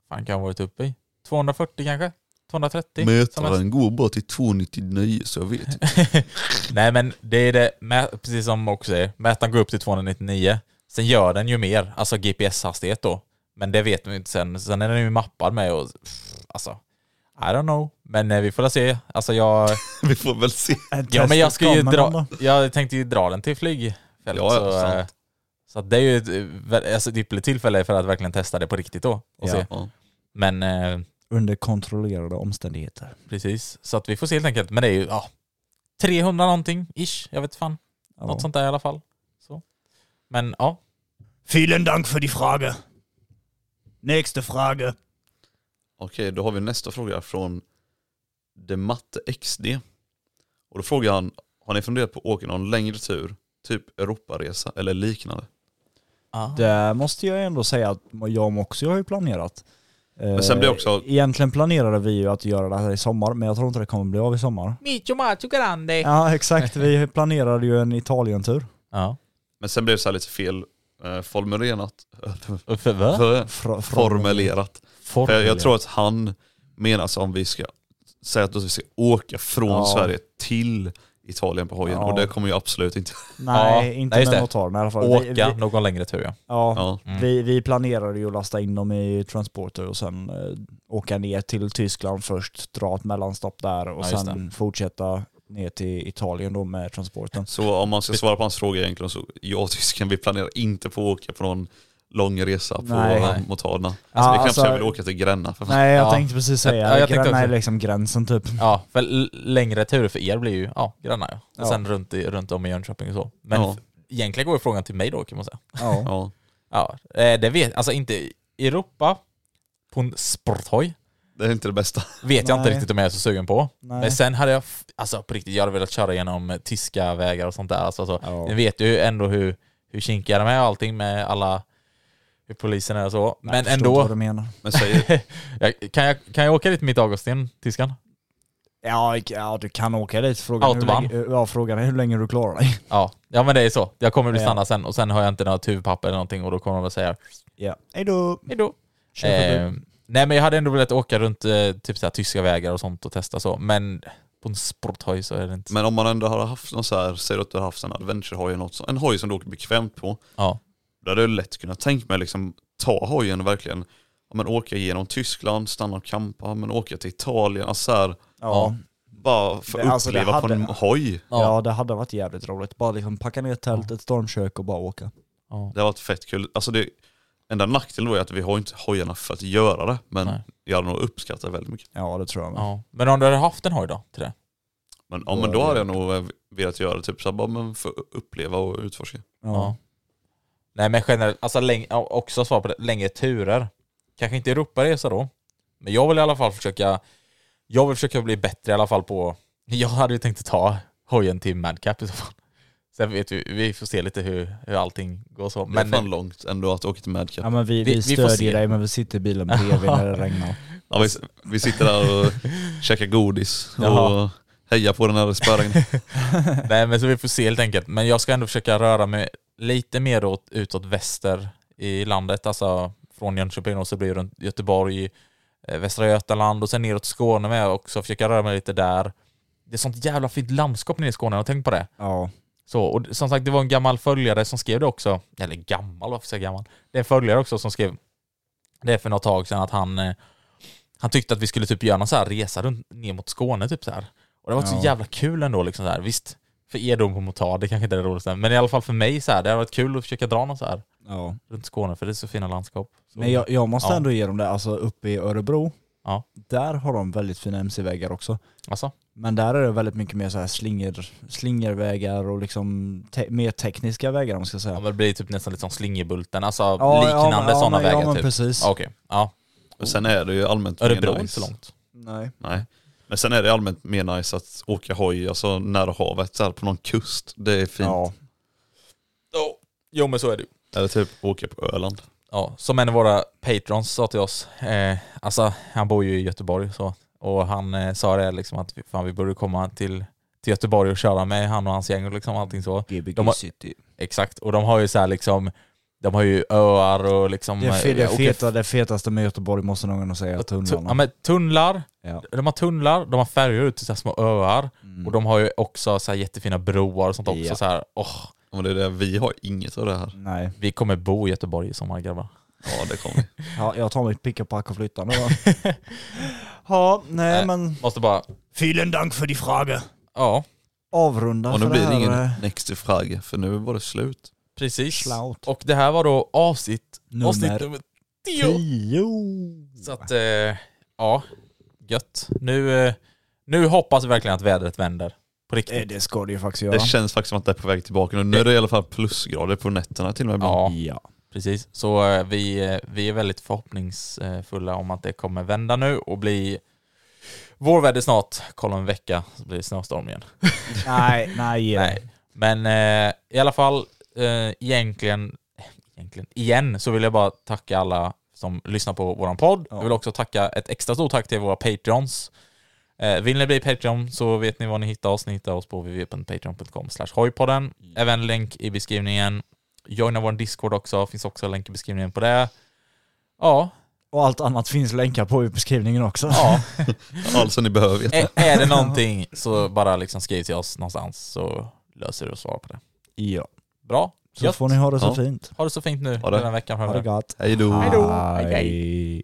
Speaker 4: fan kan jag ha varit uppe i? 240 kanske? 230? som mest.
Speaker 2: Mätaren går bara till 299 så jag vet inte.
Speaker 4: Nej men det är det, mä- precis som också säger, mätaren går upp till 299. Sen gör den ju mer, alltså GPS-hastighet då. Men det vet man ju inte sen. Sen är den ju mappad med och pff, alltså, I don't know. Men eh, vi får väl se. Alltså jag,
Speaker 2: Vi får väl se.
Speaker 4: ja, men jag ska ju
Speaker 3: Testet kommer
Speaker 4: dra,
Speaker 3: då.
Speaker 4: jag tänkte ju dra den till flygfält.
Speaker 2: Ja, ja,
Speaker 4: så, eh,
Speaker 2: sant.
Speaker 4: så att det är ju ett, eh, ver- alltså, ett ypperligt tillfälle för att verkligen testa det på riktigt då. Och se.
Speaker 2: Ja.
Speaker 4: Men eh,
Speaker 3: Under kontrollerade omständigheter.
Speaker 4: precis, så att vi får se helt enkelt. Men det är ju ja, 300 någonting ish, jag vet fan.
Speaker 3: Ja.
Speaker 4: Något sånt där i alla fall. Så. Men ja.
Speaker 3: Vielen Dank för die Frage. Nästa fråga.
Speaker 2: Okej, då har vi nästa fråga från The Matte XD. Och då frågar han, har ni funderat på att åka någon längre tur, typ Europaresa eller liknande?
Speaker 3: Ah. Det måste jag ändå säga att jag också har ju planerat. Men
Speaker 2: sen blir det också-
Speaker 3: Egentligen planerade vi ju att göra det här i sommar, men jag tror inte det kommer bli av i sommar.
Speaker 4: Micho macho grande. Ja.
Speaker 3: Ja exakt, vi planerade ju en Italientur.
Speaker 4: ja.
Speaker 2: Men sen blev det så här lite fel eh, formulerat.
Speaker 4: Och För, va?
Speaker 2: För-
Speaker 3: Fra-
Speaker 2: Formulerat.
Speaker 4: Form,
Speaker 2: För E. jag,
Speaker 3: E.
Speaker 2: jag tror att han menar alltså om vi ska säga att vi ska åka från
Speaker 3: Ja.
Speaker 2: Sverige till Italien på hojen
Speaker 3: Ja.
Speaker 2: och det kommer ju absolut inte...
Speaker 3: Nej,
Speaker 4: Ja,
Speaker 3: inte
Speaker 4: nej, just
Speaker 3: med
Speaker 4: det.
Speaker 3: motorn i alla fall. Vi,
Speaker 4: Åka
Speaker 3: vi,
Speaker 4: någon längre tur ja.
Speaker 3: ja,
Speaker 2: Ja.
Speaker 4: Mm.
Speaker 3: vi, vi planerade ju att lasta in dem i transporter och sen eh, åka ner till Tyskland först, dra ett mellanstopp där och
Speaker 4: Ja, just
Speaker 3: sen fortsätta ner till Italien då med transporten.
Speaker 2: Så om man ska svara på hans fråga egentligen så jag och tysken vi planerar inte på att åka på någon lång resa på
Speaker 3: Nej.
Speaker 4: Nej.
Speaker 2: Motardna. Alltså,
Speaker 3: Ja,
Speaker 2: vi kanske
Speaker 3: alltså-
Speaker 2: vill åka till Gränna för fan.
Speaker 3: Nej jag
Speaker 4: Ja.
Speaker 3: tänkte precis säga,
Speaker 4: Ja, jag tänkte
Speaker 3: Gränna är
Speaker 4: också.
Speaker 3: liksom gränsen typ.
Speaker 4: Ja, för l- längre turer för er blir ju ja, grannar ja. Och
Speaker 3: Ja.
Speaker 4: sen runt, i, runt om i Jönköping och så. Men
Speaker 2: Ja.
Speaker 4: f- egentligen går ju frågan till mig då kan man säga.
Speaker 3: Ja.
Speaker 2: Ja.
Speaker 4: Ja, eh, det vet, alltså inte i Europa på en sporthoj
Speaker 2: Det är inte det bästa.
Speaker 4: vet jag inte
Speaker 3: Nej.
Speaker 4: riktigt om jag är så sugen på.
Speaker 3: Nej.
Speaker 4: Men sen hade jag, f- alltså på riktigt, jag hade velat köra genom eh, tyska vägar och sånt där. Alltså, så.
Speaker 3: Ja.
Speaker 4: Ni vet ju ändå hur, hur kinkiga de är och allting med alla, hur polisen är och så.
Speaker 3: Jag
Speaker 4: Men
Speaker 3: förstår inte
Speaker 4: ändå,
Speaker 3: vad du menar.
Speaker 2: Men säger,
Speaker 4: jag, kan, jag, kan jag åka dit mitt Augustin, tyskan?
Speaker 3: Ja, ik- ja, du kan åka dit. Frågan, är hur
Speaker 4: Autobahn.
Speaker 3: länge, ja, frågan är hur länge du klarar dig.
Speaker 4: Ja. ja, men det är så. Jag kommer bli
Speaker 3: Ja.
Speaker 4: stannad sen och sen har jag inte något huvudpapper eller någonting och då kommer de att säga
Speaker 3: Ja. Hejdå!
Speaker 4: hejdå.
Speaker 3: Kör förbi.
Speaker 4: Eh, nej men jag hade ändå velat åka runt eh, typ så här, tyska vägar och sånt och testa så, men på en sporthoj så är det inte så.
Speaker 2: men om man ändå har haft någon så här, säger du att du har haft en adventure-hoj eller något, så- en hoj som du åker bekvämt på,
Speaker 4: Ja.
Speaker 2: Då hade jag lätt kunnat tänka mig liksom ta hojen och verkligen ja, men åka genom Tyskland, stanna och campa, men åka till Italien, alltså så här,
Speaker 4: Ja.
Speaker 3: Ja.
Speaker 2: bara få
Speaker 3: Det- alltså, det
Speaker 2: uppleva på
Speaker 3: hade-
Speaker 2: en hoj.
Speaker 3: Ja. det hade varit jävligt roligt. Bara liksom packa ner tältet, stormkök och bara åka.
Speaker 4: Ja.
Speaker 2: Det har varit fett kul. Alltså det, enda nackdelen då är att vi har inte hojarna för att göra det, men
Speaker 4: Nej.
Speaker 2: jag hade nog uppskattat det väldigt mycket.
Speaker 3: Ja det tror jag med.
Speaker 4: Ja. Men om du hade haft en hoj då till det?
Speaker 2: Men, ja, men då hade jag nog eh, velat göra det, typ så här, bara men för att uppleva och utforska.
Speaker 4: Ja. Nej men generellt, alltså läng- ja, också svar på det, längre turer. Kanske inte Europaresa då, men jag vill i alla fall försöka, jag vill försöka bli bättre i alla fall på, jag hade ju tänkt ta hojen till Madcap i så fall. Sen vet vi, vi får se lite hur, hur allting går så.
Speaker 2: Men, det är
Speaker 4: Men
Speaker 2: fan långt ändå att åka till Madcap.
Speaker 3: Ja, men vi, vi,
Speaker 4: Vi- vi får se.
Speaker 3: stödjer dig men vi sitter i bilen bredvid när det regnar.
Speaker 2: Ja, vi, vi sitter där och käkar godis och
Speaker 4: Jaha.
Speaker 2: hejar på den här spärren.
Speaker 4: Nej men så vi får se helt enkelt. Men jag ska ändå försöka röra mig lite mer åt, utåt väster i landet. Alltså från Jönköping och så blir det runt Göteborg, eh, Västra Götaland och sen neråt Skåne med också. Försöka röra mig lite där. Det är sånt jävla fint landskap nere i Skåne, jag har tänkt på det.
Speaker 3: Ja.
Speaker 4: Så, och som sagt, det var en gammal följare som skrev det också. Eller gammal, varför säger jag gammal? Det är en följare också som skrev det för något tag sedan att han, eh, han tyckte att vi skulle typ göra någon så här resa runt ner mot Skåne typ så här. Och det var så
Speaker 3: Ja.
Speaker 4: jävla kul ändå liksom så här. Visst, för er då på ta, det kanske inte är det roligaste, men i alla fall för mig så här, det har varit kul att försöka dra någon så här
Speaker 3: ja.
Speaker 4: runt Skåne för det är så fina landskap. Så.
Speaker 3: Men jag, jag måste
Speaker 4: Ja.
Speaker 3: ändå ge dem det, alltså uppe i Örebro,
Speaker 4: Ja.
Speaker 3: där har de väldigt fina mc-vägar också.
Speaker 4: Alltså,
Speaker 3: Men där är det väldigt mycket mer så här slinger, slingervägar och liksom te- mer tekniska vägar om man ska säga.
Speaker 4: ja, men det blir typ nästan lite som Slingebulten, alltså
Speaker 3: Ja, ja, men-
Speaker 4: liknande
Speaker 3: ja,
Speaker 4: sådana
Speaker 3: men- ja,
Speaker 4: vägar
Speaker 3: men
Speaker 4: typ.
Speaker 3: precis.
Speaker 4: Ja, Okej, ja.
Speaker 2: Men sen är det ju allmänt mer
Speaker 4: Örebro är inte
Speaker 2: nice.
Speaker 4: så långt.
Speaker 3: Nej.
Speaker 2: Nej. Men sen är det allmänt mer nice att åka hoj alltså nära havet, så här, på någon kust. Det är fint.
Speaker 3: Ja.
Speaker 4: Oh, jo men så är det ju.
Speaker 2: Eller typ åka på Öland.
Speaker 4: ja, som en av våra patrons sa till oss, eh, alltså han bor ju i Göteborg så, och han eh, sa det liksom att vi- fan, vi borde komma till, till Göteborg och köra med han och hans gäng och liksom allting så.
Speaker 3: Gbg
Speaker 4: De har-
Speaker 3: City.
Speaker 4: Exakt, och de har ju så här liksom, de har ju öar och liksom...
Speaker 3: Det, fe- det,
Speaker 4: eh, och-
Speaker 3: feta, det fetaste med Göteborg måste någon säga,
Speaker 4: och tu-
Speaker 3: tunnlarna.
Speaker 4: Ja men tunnlar,
Speaker 3: Ja. Mm.
Speaker 4: de har tunnlar, de har färjor ut till så här små öar, och de har ju också så här jättefina broar och sånt också
Speaker 3: Ja.
Speaker 4: så här, åh,
Speaker 2: Ja, Men det är det, vi har inget av det här.
Speaker 3: Nej.
Speaker 4: vi kommer bo i Göteborg i sommar grabbar.
Speaker 2: Ja det kommer vi.
Speaker 3: Ja, jag tar mitt pick och pack och flyttar nu då. Ja, nej
Speaker 4: Nej.
Speaker 3: men...
Speaker 4: Måste bara,
Speaker 3: Vielen Dank för die Frage.
Speaker 4: ja.
Speaker 3: Avrunda
Speaker 2: Och nu
Speaker 3: för
Speaker 2: blir det
Speaker 3: här. eh,
Speaker 2: ingen next frage för nu var det slut.
Speaker 4: Precis.
Speaker 3: Schlaut.
Speaker 4: Och det här var då avsnitt
Speaker 3: Nummer
Speaker 4: avsnitt nummer 10.
Speaker 3: Tio.
Speaker 4: Så att, eh, ja, gött. Nu, eh, nu hoppas vi verkligen att vädret vänder. På riktigt.
Speaker 3: Eh, Det ska det ju faktiskt göra.
Speaker 2: Det känns faktiskt som att det är på väg tillbaka nu. Nu är det i alla fall plusgrader på nätterna till och med. ibland.
Speaker 4: Ja,
Speaker 3: Ja.
Speaker 4: precis. Så eh, vi, eh, vi är väldigt förhoppningsfulla om att det kommer vända nu och bli vårväder snart. Kolla om en vecka så blir det snöstorm igen.
Speaker 3: Nej, nej. ge
Speaker 4: Nej. Men eh, i alla fall, eh, egentligen, egentligen, igen så vill jag bara tacka alla som lyssnar på våran podd. Jag vill också tacka ett extra stort tack till våra Patreons. Eh, vill ni bli Patreon så vet ni var ni hittar oss. Ni hittar oss på www.patreon.com hojpodden. Även länk i beskrivningen. Joina vår Discord också, finns också länk i beskrivningen på det. Ja,
Speaker 3: Och allt annat finns länkar på i beskrivningen också.
Speaker 4: ja.
Speaker 2: Allt som ni behöver veta.
Speaker 4: Ä- är det någonting så bara liksom skriv till oss någonstans så löser du och svarar på det.
Speaker 3: ja.
Speaker 4: Bra,
Speaker 3: Så
Speaker 4: Gött.
Speaker 3: får ni ha det så
Speaker 2: Ja.
Speaker 3: fint.
Speaker 4: Ha det så fint nu
Speaker 2: Ha det.
Speaker 4: den här veckan
Speaker 3: Ha
Speaker 4: framöver.
Speaker 3: det gott.
Speaker 2: Hej då.
Speaker 3: Hej
Speaker 4: då.
Speaker 3: Hej.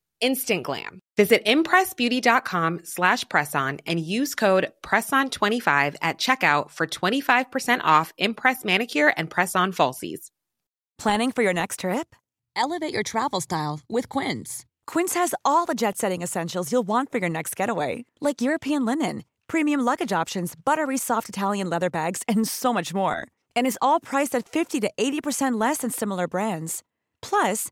Speaker 5: Instant glam. Visit impressbeauty.com slash presson and use code presson25 at checkout for 25% off Impress Manicure and Press-On Falsies.
Speaker 6: Planning for your next trip?
Speaker 7: Elevate your travel style with Quince.
Speaker 6: Quince has all the jet setting essentials you'll want for your next getaway, like European linen, premium luggage options, buttery soft Italian leather bags, and so much more. And is all priced at 50 to 80% less than similar brands. Plus,